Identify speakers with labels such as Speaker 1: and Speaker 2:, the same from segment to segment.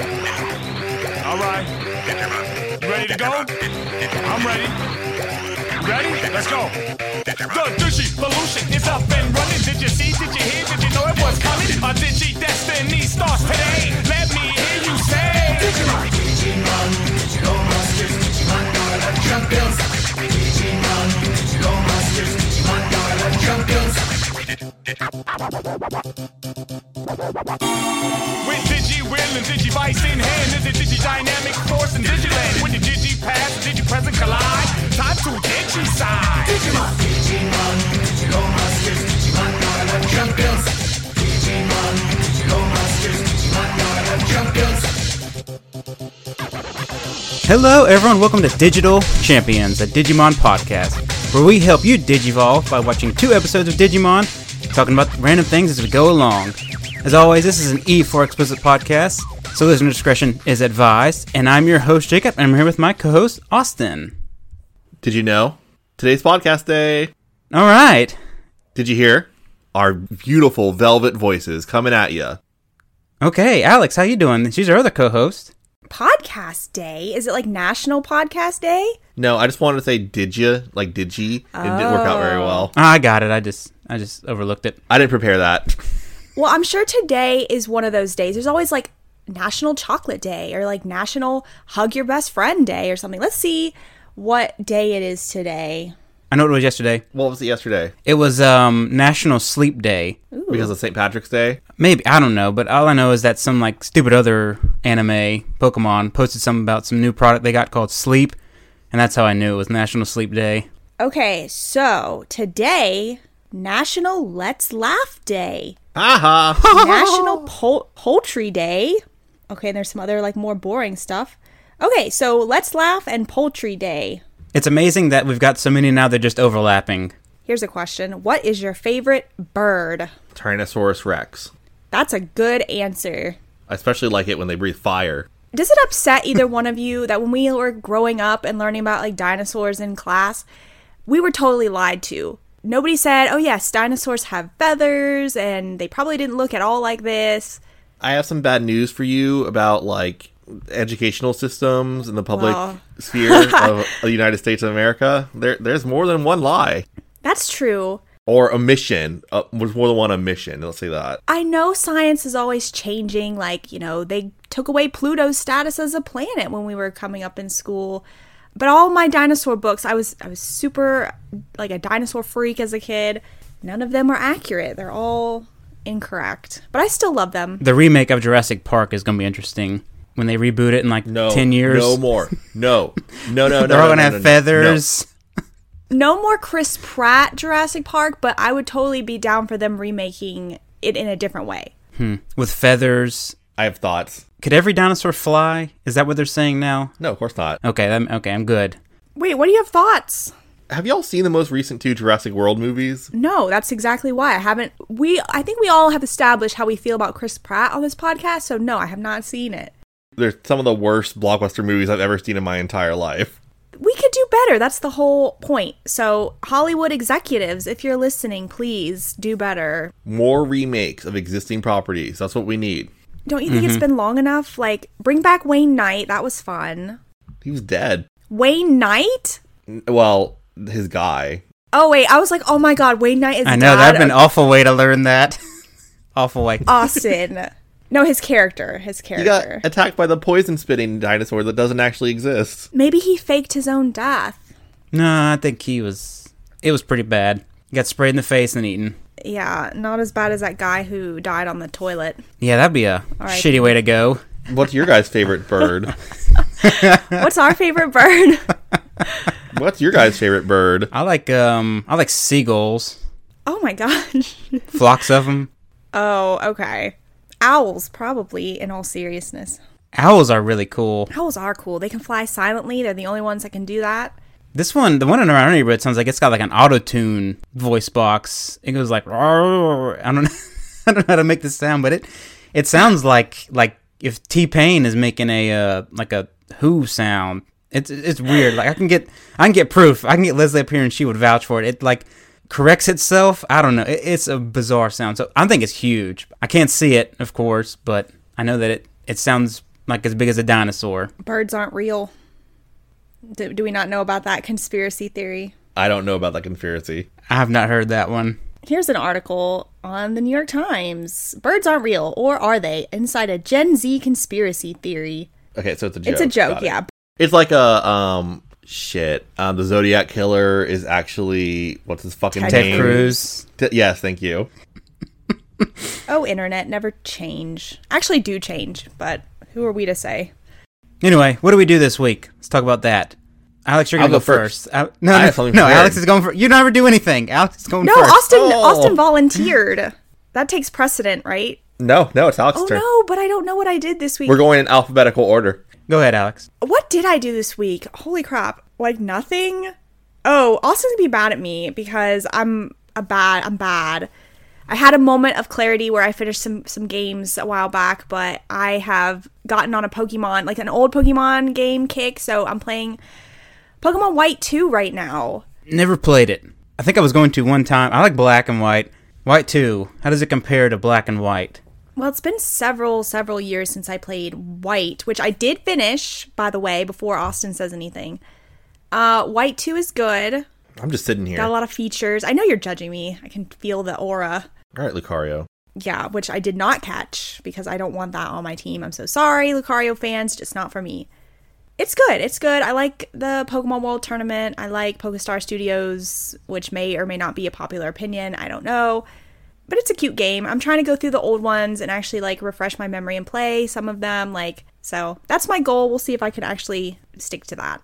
Speaker 1: All right. You ready to go? I'm ready. Ready? Let's go. The Digi Revolution is up and running. Did you see? Did you hear? Did you know it was coming? A Digi Destiny starts today. Let me hear you say. Digimon, Digimon, Digital Monsters, Digimon, Dollar Champions. Digimon, Digital Monsters, Digimon, Dollar Champions. With Digi Will and Digi Vice in hand, is it Digi Dynamic Force and Digiland? When the Digi Past and Digi Present collide, time to Digi side. Digimon, Digimon, Digital Monsters, Digimon Dollar Champions. Digimon, Digital Monsters, Digimon Dollar Champions.
Speaker 2: Hello, everyone. Welcome to Digital Champions, a Digimon podcast, where we help you digivolve by watching two episodes of Digimon, talking about random things as we go along. As always, this is an E for explicit podcast, so listener discretion is advised. And I'm your host Jacob, and I'm here with my co-host Austin.
Speaker 3: Did you know? Today's podcast day.
Speaker 2: All right.
Speaker 3: Did you hear? Our beautiful velvet voices coming at you.
Speaker 2: Okay, Alex, how you doing? She's our other co-host.
Speaker 4: podcast day? Is it like National Podcast Day?
Speaker 3: No, I just wanted to say did you? Like did you? It didn't work out very well.
Speaker 2: Ah, I got it. I just I just overlooked it.
Speaker 3: I didn't prepare that.
Speaker 4: Well, I'm sure today is one of those days. There's always like National Chocolate Day or like National Hug Your Best Friend Day or something. Let's see what day it is today.
Speaker 2: I know it was yesterday.
Speaker 3: What was it yesterday?
Speaker 2: It was um National Sleep Day.
Speaker 3: Because of St. Patrick's Day?
Speaker 2: Maybe I don't know, but all I know is that some like stupid other anime Pokemon posted something about some new product they got called Sleep, and that's how I knew it was National Sleep Day.
Speaker 4: Okay, so today, National Let's Laugh Day,
Speaker 3: Ha ha!
Speaker 4: National Pol- Poultry Day. Okay, and there's some other like more boring stuff. Okay, so Let's Laugh and Poultry Day.
Speaker 2: It's amazing that we've got so many now they're just overlapping.
Speaker 4: Here's a question What is your favorite bird?
Speaker 3: Tyrannosaurus Rex.
Speaker 4: That's a good answer.
Speaker 3: I especially like it when they breathe fire.
Speaker 4: Does it upset either one of you that when we were growing up and learning about like dinosaurs in class, we were totally lied to? Nobody said, oh, yes, dinosaurs have feathers and they probably didn't look at all like this.
Speaker 3: I have some bad news for you about like educational systems in the public
Speaker 4: Well.
Speaker 3: sphere of the United States of America. There, there's more than one lie
Speaker 4: That's true.
Speaker 3: or omission. Uh, there's more than one omission. Let's say that.
Speaker 4: I know science is always changing. Like, you know, they took away Pluto's status as a planet when we were coming up in school. But all my dinosaur books, I was I was super like a dinosaur freak as a kid. None of them are accurate. They're all incorrect. But I still love them.
Speaker 2: The remake of Jurassic Park is going to be interesting when they reboot it in like
Speaker 3: No.
Speaker 2: 10 years.
Speaker 3: No more. No. No, no, no.
Speaker 2: They're
Speaker 3: no,
Speaker 2: all going to
Speaker 3: no,
Speaker 2: have
Speaker 3: no, no.
Speaker 2: feathers.
Speaker 4: No more Chris Pratt Jurassic Park, but I would totally be down for them remaking it in a different way.
Speaker 2: Hmm, With feathers.
Speaker 3: No. I have thoughts.
Speaker 2: Could every dinosaur fly? Is that what they're saying now?
Speaker 3: No, of course not.
Speaker 2: Okay, I'm, okay, I'm good.
Speaker 4: Wait, what do you have thoughts?
Speaker 3: Have y'all seen the most recent two Jurassic World movies?
Speaker 4: No, that's exactly why I haven't. We, I think we all have established how we feel about Chris Pratt on this podcast. So no, I have not seen it.
Speaker 3: They're some of the worst blockbuster movies I've ever seen in my entire life.
Speaker 4: We could do better. That's the whole point. So Hollywood executives, if you're listening, please do better.
Speaker 3: More remakes of existing properties. That's what we need.
Speaker 4: Don't you think
Speaker 2: Mm-hmm.
Speaker 4: it's been long enough? Like, bring back Wayne Knight. That was fun.
Speaker 3: He was dead.
Speaker 4: Wayne Knight.
Speaker 3: N- Well, his guy.
Speaker 4: Oh wait, I was like, oh my god, Wayne Knight is.
Speaker 2: I know,
Speaker 4: dad
Speaker 2: that'd been an
Speaker 4: of
Speaker 2: awful way to learn that. awful way.
Speaker 4: Austin. no, his character. His
Speaker 3: He got
Speaker 4: character.
Speaker 3: attacked by the poison spitting dinosaur that doesn't actually exist.
Speaker 4: Maybe he faked his own death.
Speaker 2: No, I think he was. It was pretty bad. He got sprayed in the face and eaten.
Speaker 4: Yeah, not as bad as that guy who died on the toilet.
Speaker 2: Yeah, that'd be a
Speaker 4: right.
Speaker 2: shitty way to go.
Speaker 3: What's your guy's favorite bird?
Speaker 4: What's our favorite bird?
Speaker 3: What's your guy's favorite bird?
Speaker 2: I like um, I like seagulls,
Speaker 4: Oh my gosh.
Speaker 2: flocks of them.
Speaker 4: Oh, okay. Owls, probably, in all seriousness.
Speaker 2: Owls are really cool.
Speaker 4: Owls are cool. They can fly silently. They're the only ones that can do that.
Speaker 2: This one, the one in our neighborhood, sounds like it's got like an auto tune voice box. It goes like "Roar." I don't know, I don't know how to make this sound, but it it sounds like like if T Pain is making a uh, like a who sound. It's it's weird. Like I can get I can get proof. I can get Leslie up here and she would vouch for it. It like corrects itself. I don't know. It, it's a bizarre sound. So I think it's huge. I can't see it, of course, but I know that it it sounds like as big as a dinosaur.
Speaker 4: Birds aren't real. Do, do we not know about that conspiracy theory?
Speaker 3: I don't know about that conspiracy.
Speaker 2: I have not heard that one.
Speaker 4: Here's an article on the New York Times. Birds aren't real, or are they? Inside a Gen Z conspiracy theory.
Speaker 3: Okay, so it's a joke.
Speaker 4: It's a joke,
Speaker 3: Got it.
Speaker 4: yeah.
Speaker 3: It's like a um shit. Um, the Zodiac killer is actually what's his fucking
Speaker 4: Ted
Speaker 2: Ted
Speaker 3: name?
Speaker 2: Cruz.
Speaker 3: T- yes, thank you.
Speaker 4: Oh, internet, never change. Actually, do change, but who are we to say?
Speaker 2: Anyway, what do we do this week? Let's talk about that. Alex, you're
Speaker 3: I'll
Speaker 2: gonna go,
Speaker 3: go
Speaker 2: first.
Speaker 3: first.
Speaker 2: I- no, no,
Speaker 3: I have something
Speaker 2: no,
Speaker 3: prepared.
Speaker 2: Alex is going for. You never do anything. Alex is going
Speaker 4: No,
Speaker 2: first.
Speaker 4: Austin.
Speaker 3: Oh.
Speaker 4: Austin volunteered. That takes precedent, right?
Speaker 3: No, no, it's Alex's
Speaker 4: Oh
Speaker 3: turn.
Speaker 4: no, but I don't know what I did this week.
Speaker 3: We're going in alphabetical order.
Speaker 2: Go ahead, Alex.
Speaker 4: what did I do this week? Holy crap! Like nothing. Oh, Austin's gonna be bad at me because I'm a bad. I'm bad. I had a moment of clarity where I finished some some games a while back, but I have gotten on a Pokemon, like an old Pokemon game kick. So I'm playing Pokemon White 2 right now.
Speaker 2: Never played it. I think I was going to one time. I like black and white. White two. How does it compare to black and white?
Speaker 4: Well, it's been several, several years since I played White, which I did finish, by the way, before Austin says anything. Uh, White 2 is good.
Speaker 3: I'm just sitting here.
Speaker 4: Got a
Speaker 3: All
Speaker 4: lot of features. I know you're judging me. I can feel the aura.
Speaker 3: right, Lucario.
Speaker 4: Yeah, which I did not catch because I don't want that on my team. I'm so sorry, Lucario fans, just not for me. It's good. It's good. I like the Pokemon World Tournament. I like Pokestar Studios, which may or may not be a popular opinion. I don't know. But it's a cute game. I'm trying to go through the old ones and actually like refresh my memory and play some of them. Like, so that's my goal. We'll see if I can actually stick to that.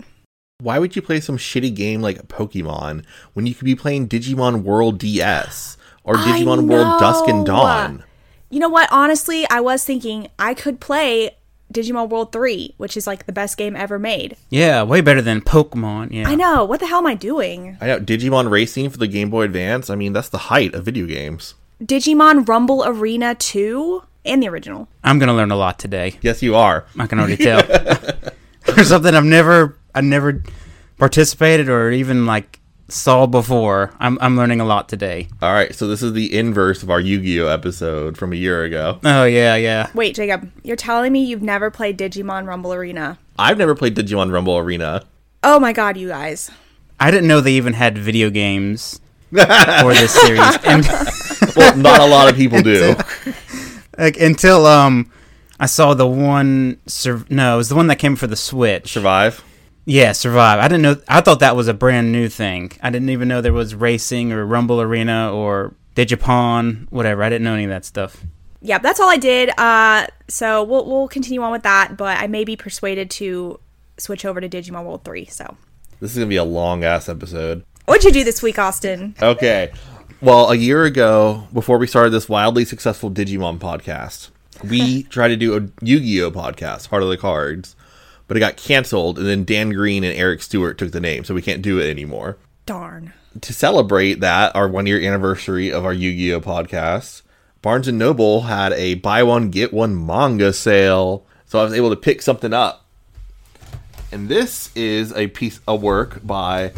Speaker 3: Why would you play some shitty game like Pokemon when you could be playing Digimon World DS or
Speaker 4: I
Speaker 3: Digimon World Dusk
Speaker 4: know.
Speaker 3: and Dawn?
Speaker 4: You know what? Honestly, I was thinking I could play Digimon World 3, which is like the best game ever made.
Speaker 2: Yeah, way better than Pokemon. Yeah.
Speaker 4: I know. What the hell am I doing?
Speaker 3: I know Digimon Racing for the Game Boy Advance. I mean, that's the height of video games.
Speaker 4: Digimon Rumble Arena 2 and the original.
Speaker 2: I'm gonna learn a lot today.
Speaker 3: Yes, you are.
Speaker 2: I can already tell. There's something I've never, I never participated or even like saw before. I'm, I'm learning a lot today.
Speaker 3: All right, so this is the inverse of our Yu-Gi-Oh episode from a year ago.
Speaker 2: Oh yeah, yeah.
Speaker 4: Wait, Jacob, you're telling me you've never played Digimon Rumble Arena?
Speaker 3: I've never played Digimon Rumble Arena.
Speaker 4: Oh my god, you guys.
Speaker 2: I didn't know they even had video games for this series, and
Speaker 3: Well, not a lot of people do.
Speaker 2: like until um, I saw the one. Sur- no, it was the one that came for the Switch.
Speaker 3: Survive.
Speaker 2: Yeah, survive. I didn't know. I thought that was a brand new thing. I didn't even know there was racing or Rumble Arena or Digipon, whatever. I didn't know any of that stuff.
Speaker 4: Yep, that's all I did. Uh, so we'll, we'll continue on with that, but I may be persuaded to switch over to Digimon World 3. So,
Speaker 3: This is gonna be a long ass episode.
Speaker 4: what'd you do this week, Austin?
Speaker 3: Okay. Well, a year ago, before we started this wildly successful Digimon podcast, we tried to do a Yu-Gi-Oh podcast, Heart of the Cards, but it got canceled, and then Dan Green and Eric Stewart took the name, so we can't do it anymore.
Speaker 4: Darn.
Speaker 3: to celebrate that our one year anniversary of our Yu-Gi-Oh podcast, Barnes and Noble had a buy one get one manga sale, so I was able to pick something up. And this is a piece a work by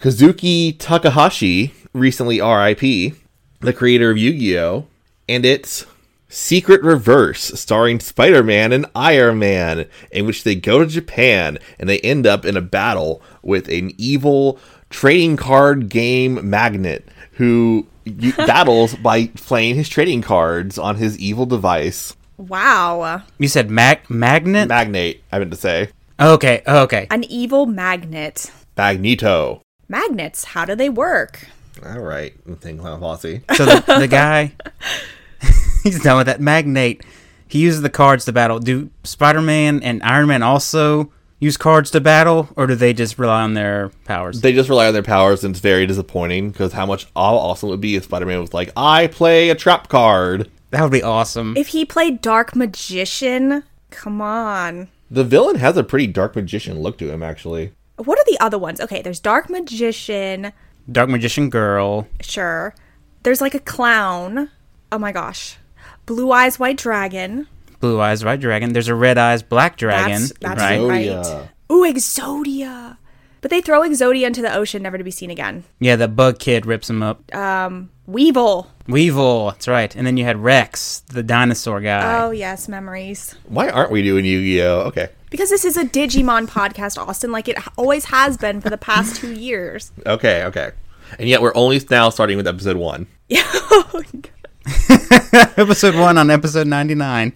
Speaker 3: Kazuki Takahashi, recently RIP, the creator of Yu-Gi-Oh, and it's Secret Reverse, starring Spider-Man and Iron Man, in which they go to Japan and they end up in a battle with an evil trading card game magnet who y- battles by playing his trading cards on his evil device.
Speaker 4: Wow.
Speaker 2: You said mag- magnet.
Speaker 3: Magnate, I meant to say.
Speaker 2: okay, okay.
Speaker 4: An evil magnet.
Speaker 3: Magneto.
Speaker 4: Magnets, how do they work?
Speaker 3: All right, thing Fossey.
Speaker 2: So the, the guy, he's done with that magnate. He uses the cards to battle. Do Spider-Man and Iron Man also use cards to battle, or do they just rely on their powers?
Speaker 3: They just rely on their powers, and it's very disappointing because how much aw- awesome it would be if Spider-Man was like, "I play a trap card."
Speaker 2: that would be awesome.
Speaker 4: If he played Dark Magician, come on.
Speaker 3: The villain has a pretty dark magician look to him, actually.
Speaker 4: What are the other ones? Okay, there's Dark Magician,
Speaker 2: Dark Magician Girl.
Speaker 4: sure. There's like a clown. Oh my gosh. Blue Eyes White Dragon.
Speaker 2: Blue eyes, white dragon. There's a red eyes, black dragon.
Speaker 4: That's that's
Speaker 2: right.
Speaker 4: right.
Speaker 3: Exodia.
Speaker 4: Ooh, Exodia. But they throw Exodia into the ocean never to be seen again.
Speaker 2: Yeah, that bug kid rips him up.
Speaker 4: Um Weevil.
Speaker 2: Weevil, that's right. And then you had Rex, the dinosaur guy.
Speaker 4: Oh, yes, memories.
Speaker 3: Why aren't we doing Yu Gi Oh? Okay.
Speaker 4: Because this is a Digimon podcast, Austin, like it always has been for the past two years.
Speaker 3: Okay. Okay. And yet we're only now starting with episode one.
Speaker 2: Episode one on episode ninety nine.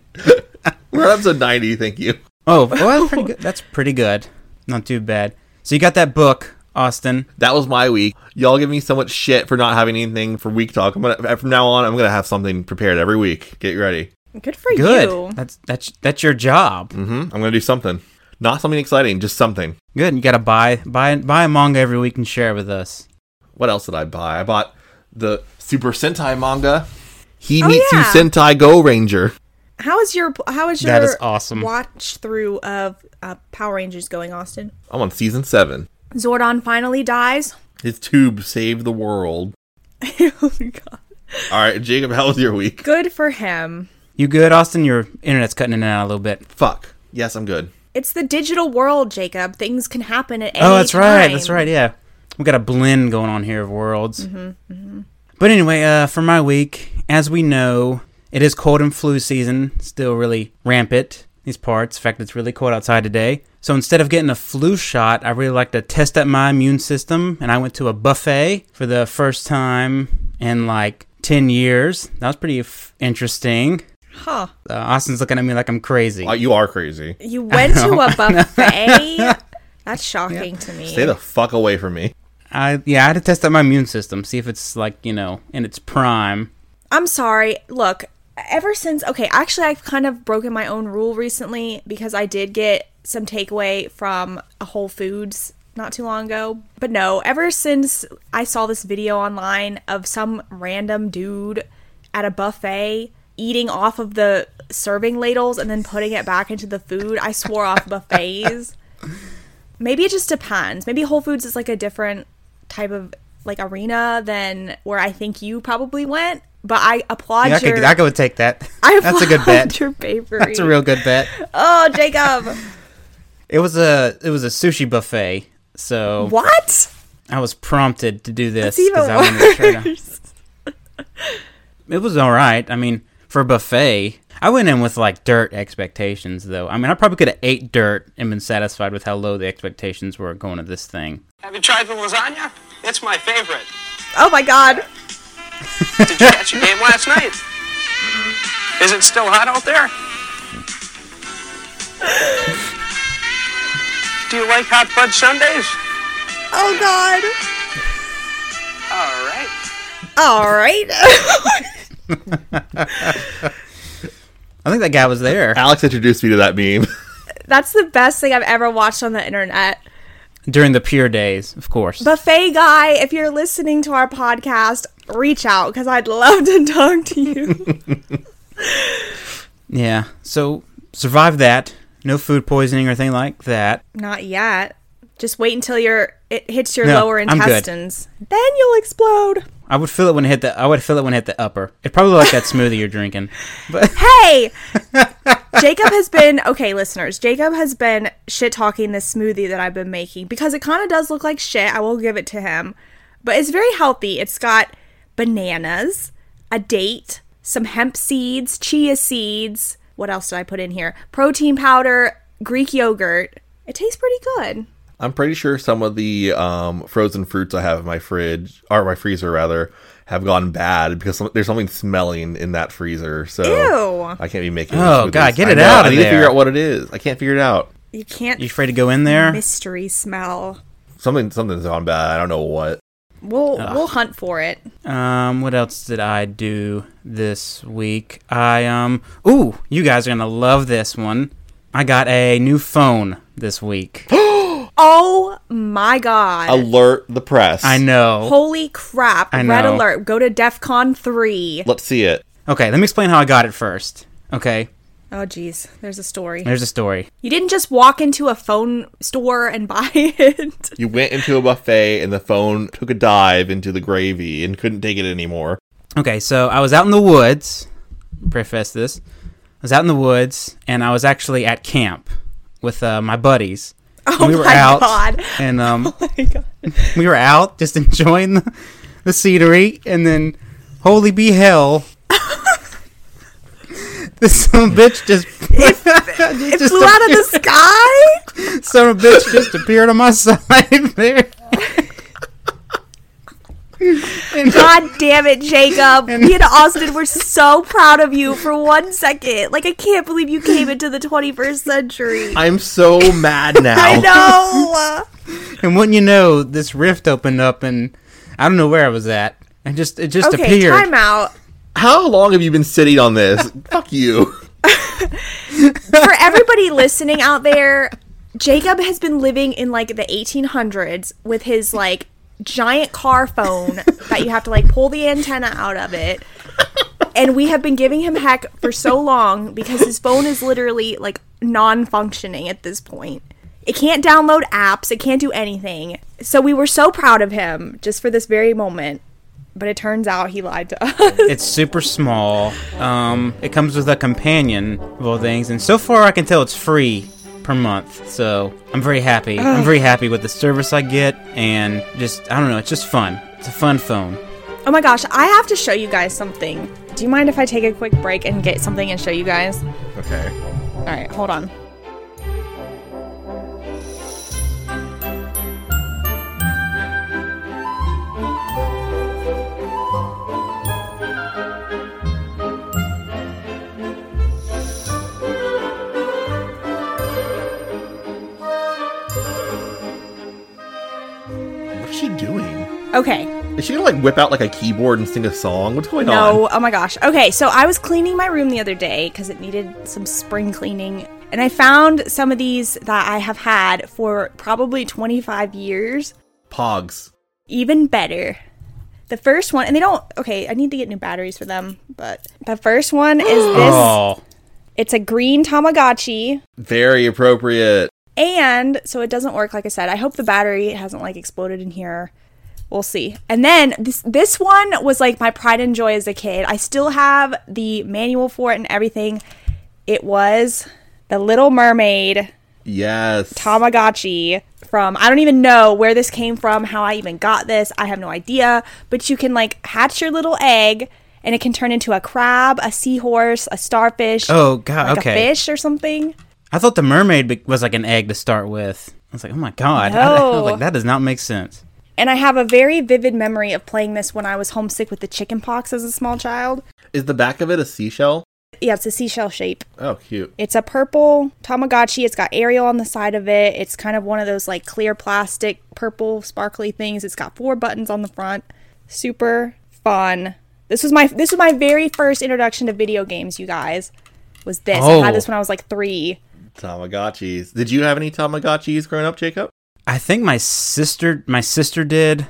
Speaker 3: We're on episode 90. Thank you.
Speaker 2: Oh, well, that's pretty good. That's pretty good. Not too bad. So you got that book, Austin.
Speaker 3: That was my week. Y'all give me so much shit for not having anything for week talk. I'm gonna from now on. I'm gonna have something prepared every week. Get ready.
Speaker 4: Good for
Speaker 2: Good.
Speaker 4: you.
Speaker 2: That's that's that's your job.
Speaker 3: hmm I'm gonna do something. Not something exciting. Just something.
Speaker 2: Good. You gotta buy buy buy a manga every week and share it with us.
Speaker 3: What else did I buy? I bought the Super Sentai manga. He
Speaker 4: Oh,
Speaker 3: meets you,
Speaker 4: yeah.
Speaker 3: Sentai Go Ranger.
Speaker 4: How is your how is your
Speaker 2: That is awesome.
Speaker 4: watch through of uh, Power Rangers going, Austin?
Speaker 3: I'm on season seven.
Speaker 4: Zordon finally dies.
Speaker 3: His tube saved the world.
Speaker 4: oh my god.
Speaker 3: All right, Jacob, how was your week?
Speaker 4: Good for him.
Speaker 2: You good, Austin? Your internet's cutting in and out a little bit.
Speaker 3: Fuck. Yes, I'm good.
Speaker 4: It's the digital world, Jacob. Things can happen at any
Speaker 2: Oh, that's right. That's
Speaker 4: time.
Speaker 2: right. Yeah, we got a blend going on here of worlds. But anyway, uh, for my week, as we know, it is cold and flu season, still really rampant these parts. In fact, it's really cold outside today. So instead of getting a flu shot, I really like to test out my immune system, and I went to a buffet for the first time in like ten years. That was pretty f- interesting.
Speaker 4: Huh.
Speaker 2: Uh, Austin's looking at me like I'm crazy.
Speaker 3: Uh, You are crazy.
Speaker 4: You went to a buffet? That's shocking to me.
Speaker 3: Stay the fuck away from me.
Speaker 2: I yeah, I had to test out my immune system, see if it's like you know in its prime.
Speaker 4: I'm sorry. Look, ever since okay, actually I've kind of broken my own rule recently because I did get some takeaway from a Whole Foods not too long ago. But no, ever since I saw this video online of some random dude at a buffet eating off of the serving ladles and then putting it back into the food, I swore off buffets. Maybe it just depends. Maybe Whole Foods is like a different type of like arena than where I think you probably went. But I applaud
Speaker 2: Yeah, I
Speaker 4: your.
Speaker 2: could, I could take that.
Speaker 4: I
Speaker 2: That's a good
Speaker 4: applaud
Speaker 2: bet.
Speaker 4: Your bravery.
Speaker 2: That's a real good bet.
Speaker 4: Oh, Jacob.
Speaker 2: It was a it was a sushi buffet, so
Speaker 4: what?
Speaker 2: I was prompted to do this
Speaker 4: It's even
Speaker 2: I wanted to try to- It was all right. I mean, for a buffet, I went in with like dirt expectations, though. I mean, I probably could have ate dirt and been satisfied with how low the expectations were going to this thing.
Speaker 5: Have you tried the lasagna? It's my favorite.
Speaker 4: Oh my God.
Speaker 5: Did you catch a game last night? Is it still hot out there? Do you like hot fudge sundaes?
Speaker 4: Oh God.
Speaker 5: All right.
Speaker 4: All right.
Speaker 2: I think that guy was there.
Speaker 4: Uh,
Speaker 3: Alex introduced me to that meme.
Speaker 4: That's the best thing I've ever watched on the internet.
Speaker 2: during the pure days, of course.
Speaker 4: Buffet guy, if you're listening to our podcast, reach out because I'd love to talk to you.
Speaker 2: yeah. So survived that. No food poisoning or anything like that.
Speaker 4: Not yet. Just wait until your it hits your
Speaker 2: No,
Speaker 4: lower
Speaker 2: I'm good.
Speaker 4: intestines. Then you'll explode.
Speaker 2: I would feel it when it hit the. I would feel it when it hit the upper. It probably like that smoothie you're drinking. But
Speaker 4: Hey, Jacob has been okay, listeners. Jacob has been shit talking this smoothie that I've been making because it kind of does look like shit. I will give it to him, but it's very healthy. It's got bananas, a date, some hemp seeds, chia seeds. What else did I put in here? Protein powder, Greek yogurt. It tastes pretty good.
Speaker 3: I'm pretty sure some of the um, frozen fruits I have in my fridge, or my freezer rather, have gone bad because some, there's something smelling in that freezer. So
Speaker 4: Ew.
Speaker 3: I can't be making.
Speaker 2: Oh,
Speaker 3: smoothies.
Speaker 2: God, get
Speaker 3: I
Speaker 2: it
Speaker 3: know,
Speaker 2: out
Speaker 3: I
Speaker 2: of
Speaker 3: need to
Speaker 2: there.
Speaker 3: figure out what it is. I can't figure it out.
Speaker 4: You can't
Speaker 2: you afraid to go in there?
Speaker 4: mystery smell.
Speaker 3: Something something's gone bad. I don't know what.
Speaker 4: We'll we'll hunt for it.
Speaker 2: Um, what else did I do this week? I um, ooh, you guys are gonna love this one. I got a new phone this week.
Speaker 4: Oh my god.
Speaker 3: Alert the press.
Speaker 2: I know.
Speaker 4: Holy crap.
Speaker 2: I
Speaker 4: Red
Speaker 2: know.
Speaker 4: alert. Go to DEF CON 3.
Speaker 3: Let's see it.
Speaker 2: Okay, let me explain how I got it first. Okay,
Speaker 4: Oh, geez. There's a story.
Speaker 2: there's a story.
Speaker 4: You didn't just walk into a phone store and buy it.
Speaker 3: You went into a buffet and the phone took a dive into the gravy and couldn't take it anymore.
Speaker 2: Okay, so I was out in the woods. Preface this. I was out in the woods, and I was actually at camp with uh, my buddies. Oh
Speaker 4: my God.
Speaker 2: And um,
Speaker 4: Oh my God.
Speaker 2: we were out just enjoying the, the scenery, and then Holy be hell. this some bitch just.
Speaker 4: It
Speaker 2: just
Speaker 4: flew out of the sky.
Speaker 2: Some bitch just appeared on my side there.
Speaker 4: God damn it, Jacob. Me and Austin were so proud of you for one second. Like I can't believe you came into the 21st century.
Speaker 3: I'm so mad now.
Speaker 2: Oh,
Speaker 4: I know.
Speaker 2: And wouldn't you know, this rift opened up, and I don't know where I was at. And just it just
Speaker 4: okay,
Speaker 2: appeared.
Speaker 4: time out.
Speaker 3: How long have you been sitting on this? Fuck you.
Speaker 4: for everybody listening out there, Jacob has been living in like the 1800s with his like giant car phone that you have to like pull the antenna out of it. And we have been giving him heck for so long because his phone is literally like non functioning at this point. It can't download apps, it can't do anything. So we were so proud of him just for this very moment. But it turns out he lied to us.
Speaker 2: It's super small. Um, it comes with a companion of all things, and so far I can tell it's free per month. So I'm very happy. I'm very happy with the service I get, and just I don't know, it's just fun. It's a fun phone.
Speaker 4: Oh my gosh, I have to show you guys something. Do you mind if I take a quick break and get something and show you guys?
Speaker 3: Okay.
Speaker 4: All right, hold on.
Speaker 3: What is she doing?
Speaker 4: Okay.
Speaker 3: Is she gonna like whip out like a keyboard and sing a song? What's going on?
Speaker 4: No, oh my gosh. Okay, so I was cleaning my room the other day because it needed some spring cleaning. And I found some of these that I have had for probably 25 years.
Speaker 3: Pogs.
Speaker 4: even better. The first one, and they don't. Okay, I need to get new batteries for them. But the first one is this.
Speaker 2: Oh,
Speaker 4: It's a green Tamagotchi,
Speaker 3: Very appropriate.
Speaker 4: and so it doesn't work. Like I said, I hope the battery hasn't like exploded in here. We'll see. And then this this one was like my pride and joy as a kid. I still have the manual for it and everything. It was the Little Mermaid
Speaker 3: Yes.
Speaker 4: Tamagotchi from I don't even know where this came from, how I even got this. I have no idea, but you can like hatch your little egg and it can turn into a crab, a seahorse, a starfish.
Speaker 2: Oh, God,
Speaker 4: like
Speaker 2: okay.
Speaker 4: a fish or something.
Speaker 2: I thought the mermaid be- was like an egg to start with. I was like, oh my god, I- I was like that does not make sense.
Speaker 4: And I have a very vivid memory of playing this when I was homesick with the chicken pox as a small child.
Speaker 3: Is the back of it a seashell?
Speaker 4: Yeah, it's a seashell shape.
Speaker 3: Oh, cute.
Speaker 4: It's a purple Tamagotchi. It's got Ariel on the side of it. It's kind of one of those like clear plastic, purple, sparkly things. It's got four buttons on the front. Super fun. This was my this was my very first introduction to video games. You guys, was this? I
Speaker 2: Oh.
Speaker 4: had this when I was like three.
Speaker 3: Tamagotchis. Did you have any Tamagotchis growing up, Jacob?
Speaker 2: I think my sister my sister did,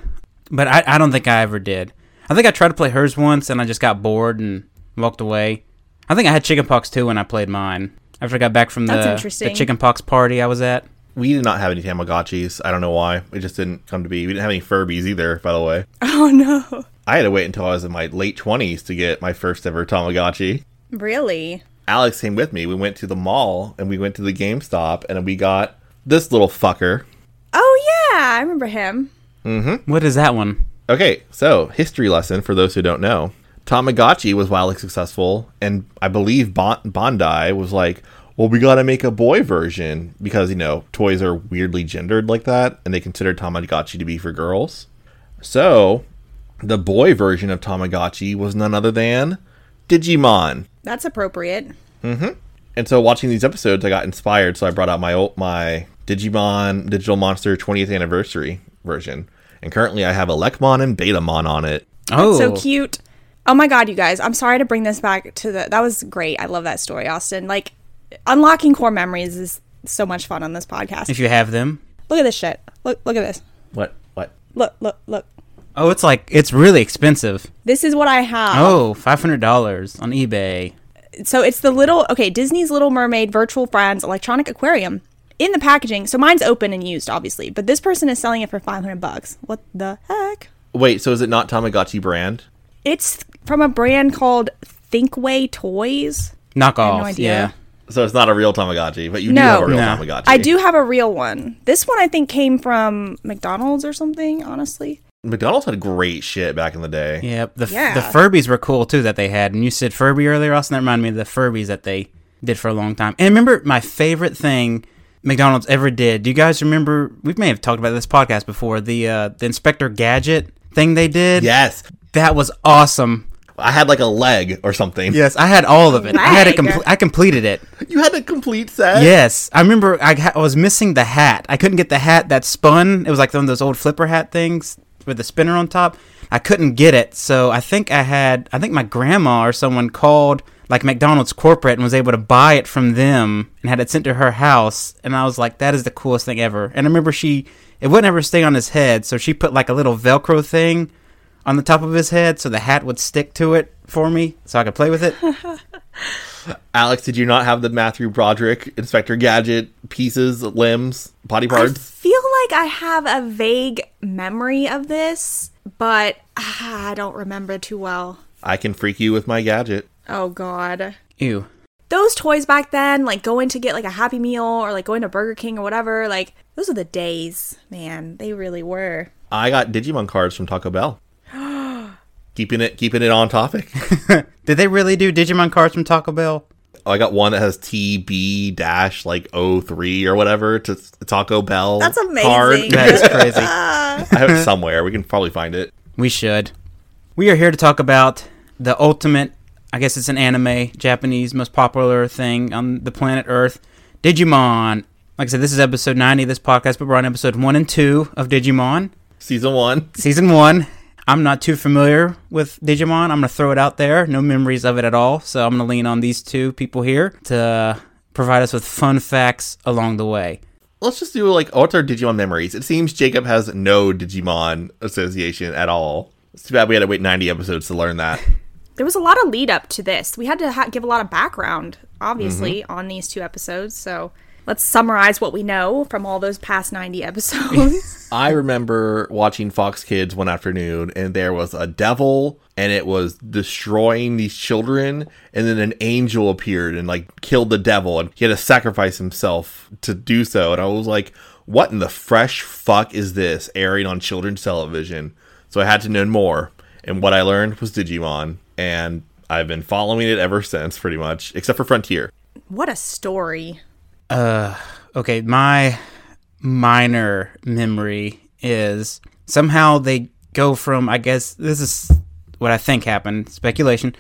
Speaker 2: but I, I don't think I ever did. I think I tried to play hers once and I just got bored and walked away. I think I had chickenpox too when I played mine. After I got back from the,
Speaker 4: That's
Speaker 2: the
Speaker 4: interesting.
Speaker 2: chickenpox party I was at.
Speaker 3: We did not have any Tamagotchis. I don't know why. It just didn't come to be. We didn't have any Furbies either, by the way.
Speaker 4: Oh no!
Speaker 3: I had to wait until I was in my late 20s to get my first ever Tamagotchi.
Speaker 4: Really?
Speaker 3: Alex came with me. We went to the mall and we went to the GameStop and we got this little fucker.
Speaker 4: Oh yeah, I remember him.
Speaker 2: What is that one?
Speaker 3: Okay, so history lesson for those who don't know. Tamagotchi was wildly successful, and I believe bon- Bondi was like, well, we gotta make a boy version because, you know, toys are weirdly gendered like that, and they considered Tamagotchi to be for girls. So, the boy version of Tamagotchi was none other than Digimon.
Speaker 4: That's appropriate.
Speaker 3: And so watching these episodes, I got inspired. So I brought out my old, my Digimon Digital Monster 20th anniversary version, and currently I have Elecmon and Betamon on it.
Speaker 2: Oh
Speaker 4: so cute. Oh my god, you guys! I'm sorry to bring this back to the. That was great. I love that story, Austin. Like, unlocking core memories is so much fun on this podcast.
Speaker 2: if you have them.
Speaker 4: Look at this shit. Look, look at this.
Speaker 3: What? What?
Speaker 4: Look, look, look.
Speaker 2: Oh, it's like it's really expensive.
Speaker 4: This is what I have.
Speaker 2: Oh, five hundred dollars on eBay.
Speaker 4: So it's the little okay, Disney's Little Mermaid Virtual Friends Electronic Aquarium in the packaging. So mine's open and used, obviously, but this person is selling it for 500 bucks. What the heck?
Speaker 3: Wait. So is it not Tamagotchi brand?
Speaker 4: It's from a brand called Thinkway Toys.
Speaker 2: Knockoff.
Speaker 4: no idea.
Speaker 2: Yeah.
Speaker 3: So it's not a real Tamagotchi, but you do
Speaker 4: No.
Speaker 3: have a real
Speaker 2: No.
Speaker 3: Tamagotchi.
Speaker 4: I do have a real one. This one I think came from McDonald's or something, honestly.
Speaker 3: McDonald's had great shit back in the day.
Speaker 2: Yep. The, f the
Speaker 4: Yeah.
Speaker 2: Furbies were cool too that they had. And you said Furby earlier, Austin. That reminded me of the Furbies that they did for a long time. And remember my favorite thing McDonald's ever did. Do you guys remember? We may have talked about this podcast before. The uh, the Inspector Gadget thing they did.
Speaker 3: Yes,
Speaker 2: That was awesome.
Speaker 3: I had like a leg or something.
Speaker 2: Yes, I had all of it. I had it.
Speaker 4: Leg.
Speaker 2: Compl- I completed it.
Speaker 3: you had a complete set.
Speaker 2: Yes, I remember. I, ha- I was missing the hat. I couldn't get the hat that spun. It was like one of those old flipper hat things with the spinner on top. I couldn't get it, so I think I had. I think my grandma or someone called like McDonald's corporate and was able to buy it from them and had it sent to her house. And I was like, that is the coolest thing ever. And I remember she. It wouldn't ever stay on his head, so she put like a little Velcro thing on the top of his head so the hat would stick to it for me, so I could play with it.
Speaker 3: Alex, did you not have the Matthew Broderick Inspector Gadget pieces, limbs, body
Speaker 4: I
Speaker 3: parts?
Speaker 4: feel like I have a vague memory of this, but ah, I don't remember too well.
Speaker 3: I can freak you with my gadget.
Speaker 4: Oh god.
Speaker 2: Ew.
Speaker 4: Those toys back then, like going to get like a happy meal or like going to Burger King or whatever, like those are the days, man. They really were.
Speaker 3: I got Digimon cards from Taco Bell. keeping it keeping it on topic.
Speaker 2: Did they really do Digimon cards from Taco Bell?
Speaker 3: Oh, I got one that has TB dash like 03 or whatever to Taco Bell.
Speaker 4: That's amazing.
Speaker 2: That is crazy.
Speaker 3: I have it somewhere. We can probably find it.
Speaker 2: We should. We are here to talk about the ultimate, I guess it's an anime, Japanese most popular thing on the planet Earth, Digimon. Like I said, this is episode 90 of this podcast, but we're on episode 1 and 2 of Digimon,
Speaker 3: Season one.
Speaker 2: season 1. I'm not too familiar with Digimon. I'm going to throw it out there. No memories of it at all. So I'm going to lean on these two people here to provide us with fun facts along the way.
Speaker 3: Let's just do like what's our Digimon memories. It seems Jacob has no Digimon association at all. It's too bad we had to wait 90 episodes to learn that.
Speaker 4: There was a lot of lead up to this. We had to ha- give a lot of background, obviously, on these two episodes. So let's summarize what we know from all those past 90 episodes.
Speaker 3: I remember watching Fox Kids one afternoon, and there was a devil, and it was destroying these children. And then an angel appeared and like killed the devil, and he had to sacrifice himself to do so. And I was like, "What in the fresh fuck is this airing on children's television?" So I had to know more, and what I learned was Digimon, and I've been following it ever since, pretty much, except for Frontier.
Speaker 4: what a story.
Speaker 2: okay my minor memory is somehow they go from i guess this is what i think happened speculation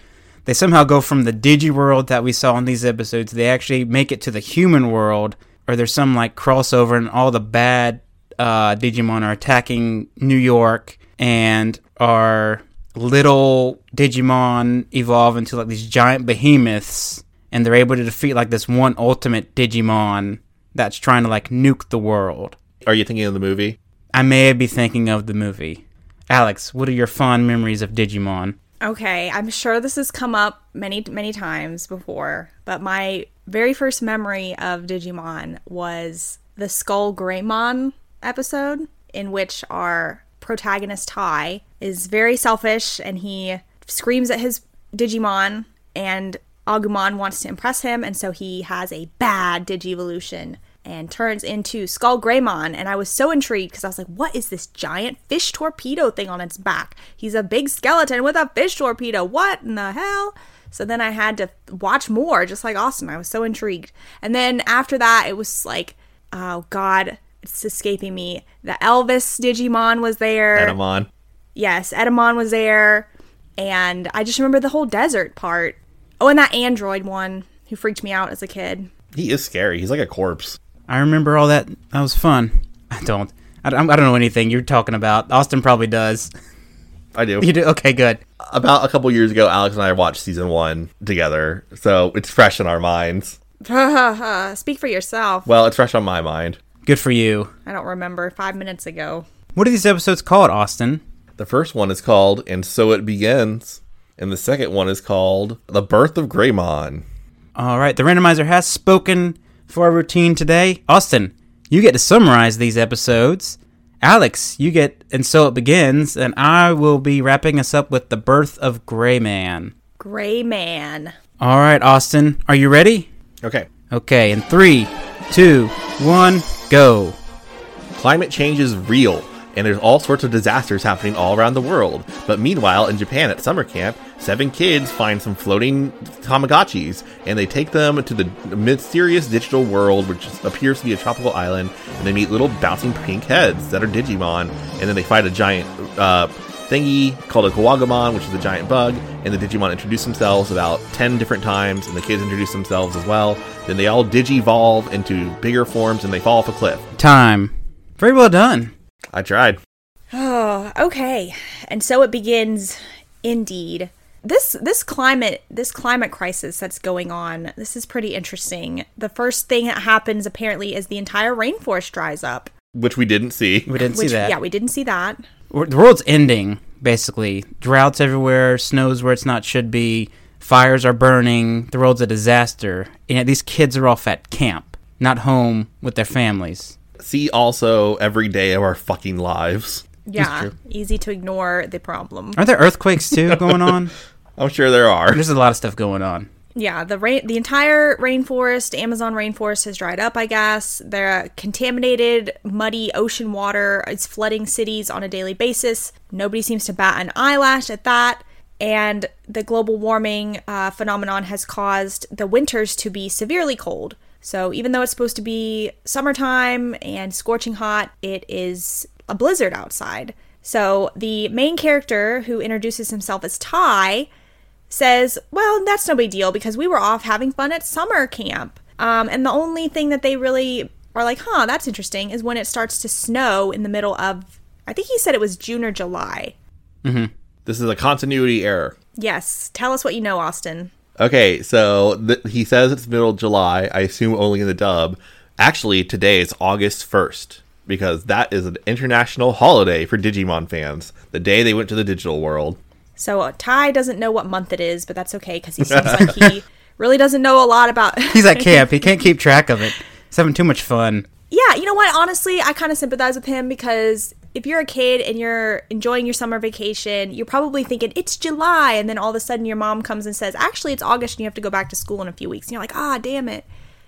Speaker 2: they somehow go from the digi world that we saw in these episodes they actually make it to the human world or there's some like crossover and all the bad uh, digimon are attacking new york and our little digimon evolve into like these giant behemoths and they're able to defeat like this one ultimate digimon that's trying to like nuke the world
Speaker 3: Are you thinking of the movie?
Speaker 2: I may be thinking of the movie. Alex, what are your fond memories of Digimon?
Speaker 4: Okay, I'm sure this has come up many, many times before, but my very first memory of Digimon was the Skull Greymon episode, in which our protagonist Ty is very selfish and he screams at his Digimon, and Agumon wants to impress him, and so he has a bad Digivolution and turns into Skull Greymon. And I was so intrigued because I was like, what is this giant fish torpedo thing on its back? He's a big skeleton with a fish torpedo. What in the hell? So then I had to watch more, just like Austin. I was so intrigued. And then after that, it was like, oh God, it's escaping me. The Elvis Digimon was there.
Speaker 3: Animon.
Speaker 4: Yes, Edamon was there, and I just remember the whole desert part. Oh, and that android one who freaked me out as a kid.
Speaker 3: He is scary. He's like a corpse.
Speaker 2: I remember all that. That was fun. I don't. I don't, I don't know anything you're talking about. Austin probably does.
Speaker 3: I do.
Speaker 2: You do? Okay, good.
Speaker 3: about a couple years ago, Alex and I watched season one together, so it's fresh in our minds.
Speaker 4: Uh, speak for yourself.
Speaker 3: Well, it's fresh on my mind.
Speaker 2: Good for you.
Speaker 4: I don't remember five minutes ago.
Speaker 2: What are these episodes called, Austin?
Speaker 3: The first one is called "And So It Begins," and the second one is called "The Birth of Greymon."
Speaker 2: All right, the randomizer has spoken for our routine today. Austin, you get to summarize these episodes. Alex, you get, and so it begins, and I will be wrapping us up with the birth of Gray Man.
Speaker 4: Gray man.
Speaker 2: All right, Austin, are you ready?
Speaker 3: Okay.
Speaker 2: Okay, in three, two, one, go.
Speaker 3: Climate change is real, and there's all sorts of disasters happening all around the world. But meanwhile, in Japan at summer camp, seven kids find some floating Tamagotchis, and they take them to the mysterious digital world, which appears to be a tropical island, and they meet little bouncing pink heads that are Digimon, and then they fight a giant uh, thingy called a Kawagamon, which is a giant bug, and the Digimon introduce themselves about 10 different times, and the kids introduce themselves as well. Then they all digivolve into bigger forms, and they fall off a cliff.
Speaker 2: Time. Very well done.
Speaker 3: I tried.
Speaker 4: Oh, okay. And so it begins indeed. This this climate this climate crisis that's going on. This is pretty interesting. The first thing that happens apparently is the entire rainforest dries up.
Speaker 3: Which we didn't see.
Speaker 2: We didn't
Speaker 4: Which
Speaker 2: see that.
Speaker 4: yeah, we didn't see that.
Speaker 2: We're- the world's ending basically. Droughts everywhere, snows where it's not should be, fires are burning. The world's a disaster, and yet these kids are off at camp, not home with their families.
Speaker 3: See also every day of our fucking lives.
Speaker 4: Yeah. Easy to ignore the problem.
Speaker 2: Aren't there earthquakes too going on?
Speaker 3: I'm sure there are.
Speaker 2: There's a lot of stuff going on.
Speaker 4: Yeah, the rain the entire rainforest, Amazon rainforest has dried up, I guess. The contaminated, muddy ocean water is flooding cities on a daily basis. Nobody seems to bat an eyelash at that. And the global warming uh, phenomenon has caused the winters to be severely cold. So even though it's supposed to be summertime and scorching hot, it is a blizzard outside. So the main character who introduces himself as Ty says, Well, that's no big deal because we were off having fun at summer camp. Um, and the only thing that they really are like, Huh, that's interesting, is when it starts to snow in the middle of, I think he said it was June or July.
Speaker 3: This is a continuity error.
Speaker 4: Yes. Tell us what you know, Austin.
Speaker 3: Okay, so th- he says it's middle of July. I assume only in the dub. Actually, today is August 1st because that is an international holiday for Digimon fans. The day they went to the digital world.
Speaker 4: So uh, Ty doesn't know what month it is, but that's okay because he seems like he really doesn't know a lot about.
Speaker 2: He's at camp. He can't keep track of it. He's having too much fun.
Speaker 4: yeah, you know what? Honestly, I kind of sympathize with him because if you're a kid and you're enjoying your summer vacation, you're probably thinking it's July, and then all of a sudden your mom comes and says, "Actually, it's August, and you have to go back to school in a few weeks." And you're like, "Ah, damn it."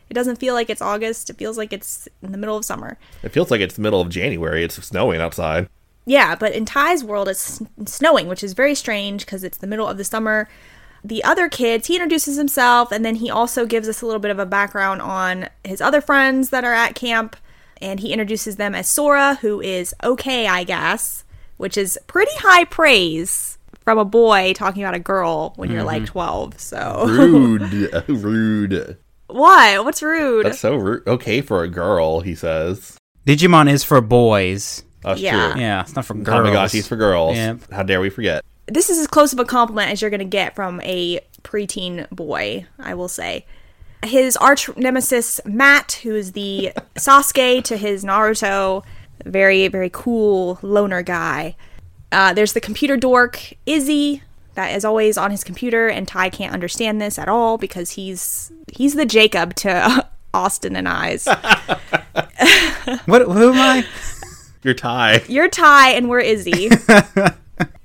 Speaker 4: It doesn't feel like it's August. It feels like it's in the middle of summer.
Speaker 3: It feels like it's the middle of January. It's snowing outside.
Speaker 4: Yeah, but in Ty's world, it's sn- snowing, which is very strange because it's the middle of the summer. The other kids, he introduces himself, and then he also gives us a little bit of a background on his other friends that are at camp. And he introduces them as Sora, who is okay, I guess, which is pretty high praise from a boy talking about a girl when you're like 12. So,
Speaker 3: Mm-hmm. Rude. rude.
Speaker 4: what? What's rude?
Speaker 3: That's so rude. Okay for a girl, he says.
Speaker 2: Digimon is for boys.
Speaker 3: That's
Speaker 4: Yeah.
Speaker 3: true.
Speaker 2: Yeah, it's not for girls.
Speaker 3: Tamagotchis for girls.
Speaker 2: Yeah.
Speaker 3: How dare we forget?
Speaker 4: this is as close of a compliment as you're going to get from a preteen boy, I will say. His arch nemesis, Matt, who is the Sasuke to his Naruto, very, very cool loner guy. Uh, there's the computer dork, Izzy, that is always on his computer, and Ty can't understand this at all because he's he's the Jacob to Austin and I's.
Speaker 2: What? Who am I?
Speaker 3: Your tie.
Speaker 4: You're Ty and we're Izzy.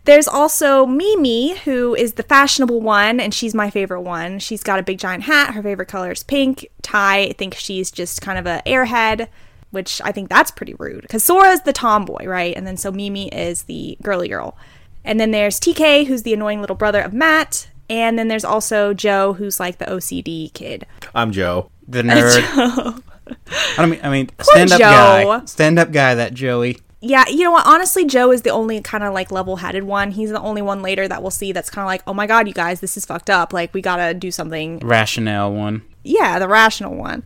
Speaker 4: There's also Mimi, who is the fashionable one, and she's my favorite one. She's got a big giant hat. Her favorite color is pink. Ty thinks she's just kind of a airhead, which I think that's pretty rude. Because Sora's the tomboy, right? And then so Mimi is the girly girl. And then there's TK, who's the annoying little brother of Matt. And then there's also Joe, who's like the OCD kid.
Speaker 3: I'm Joe.
Speaker 2: The nerd. I don't mean. I mean, stand up
Speaker 4: Joe.
Speaker 2: guy. Stand up guy. That Joey.
Speaker 4: Yeah, you know what? Honestly, Joe is the only kind of like level headed one. He's the only one later that we'll see that's kind of like, oh my God, you guys, this is fucked up. Like, we gotta do something.
Speaker 2: Rationale one.
Speaker 4: Yeah, the rational one.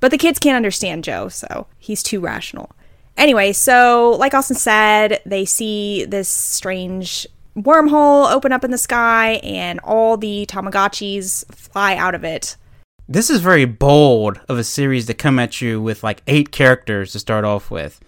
Speaker 4: But the kids can't understand Joe, so he's too rational. Anyway, so like Austin said, they see this strange wormhole open up in the sky and all the Tamagotchis fly out of it.
Speaker 2: This is very bold of a series to come at you with like eight characters to start off with.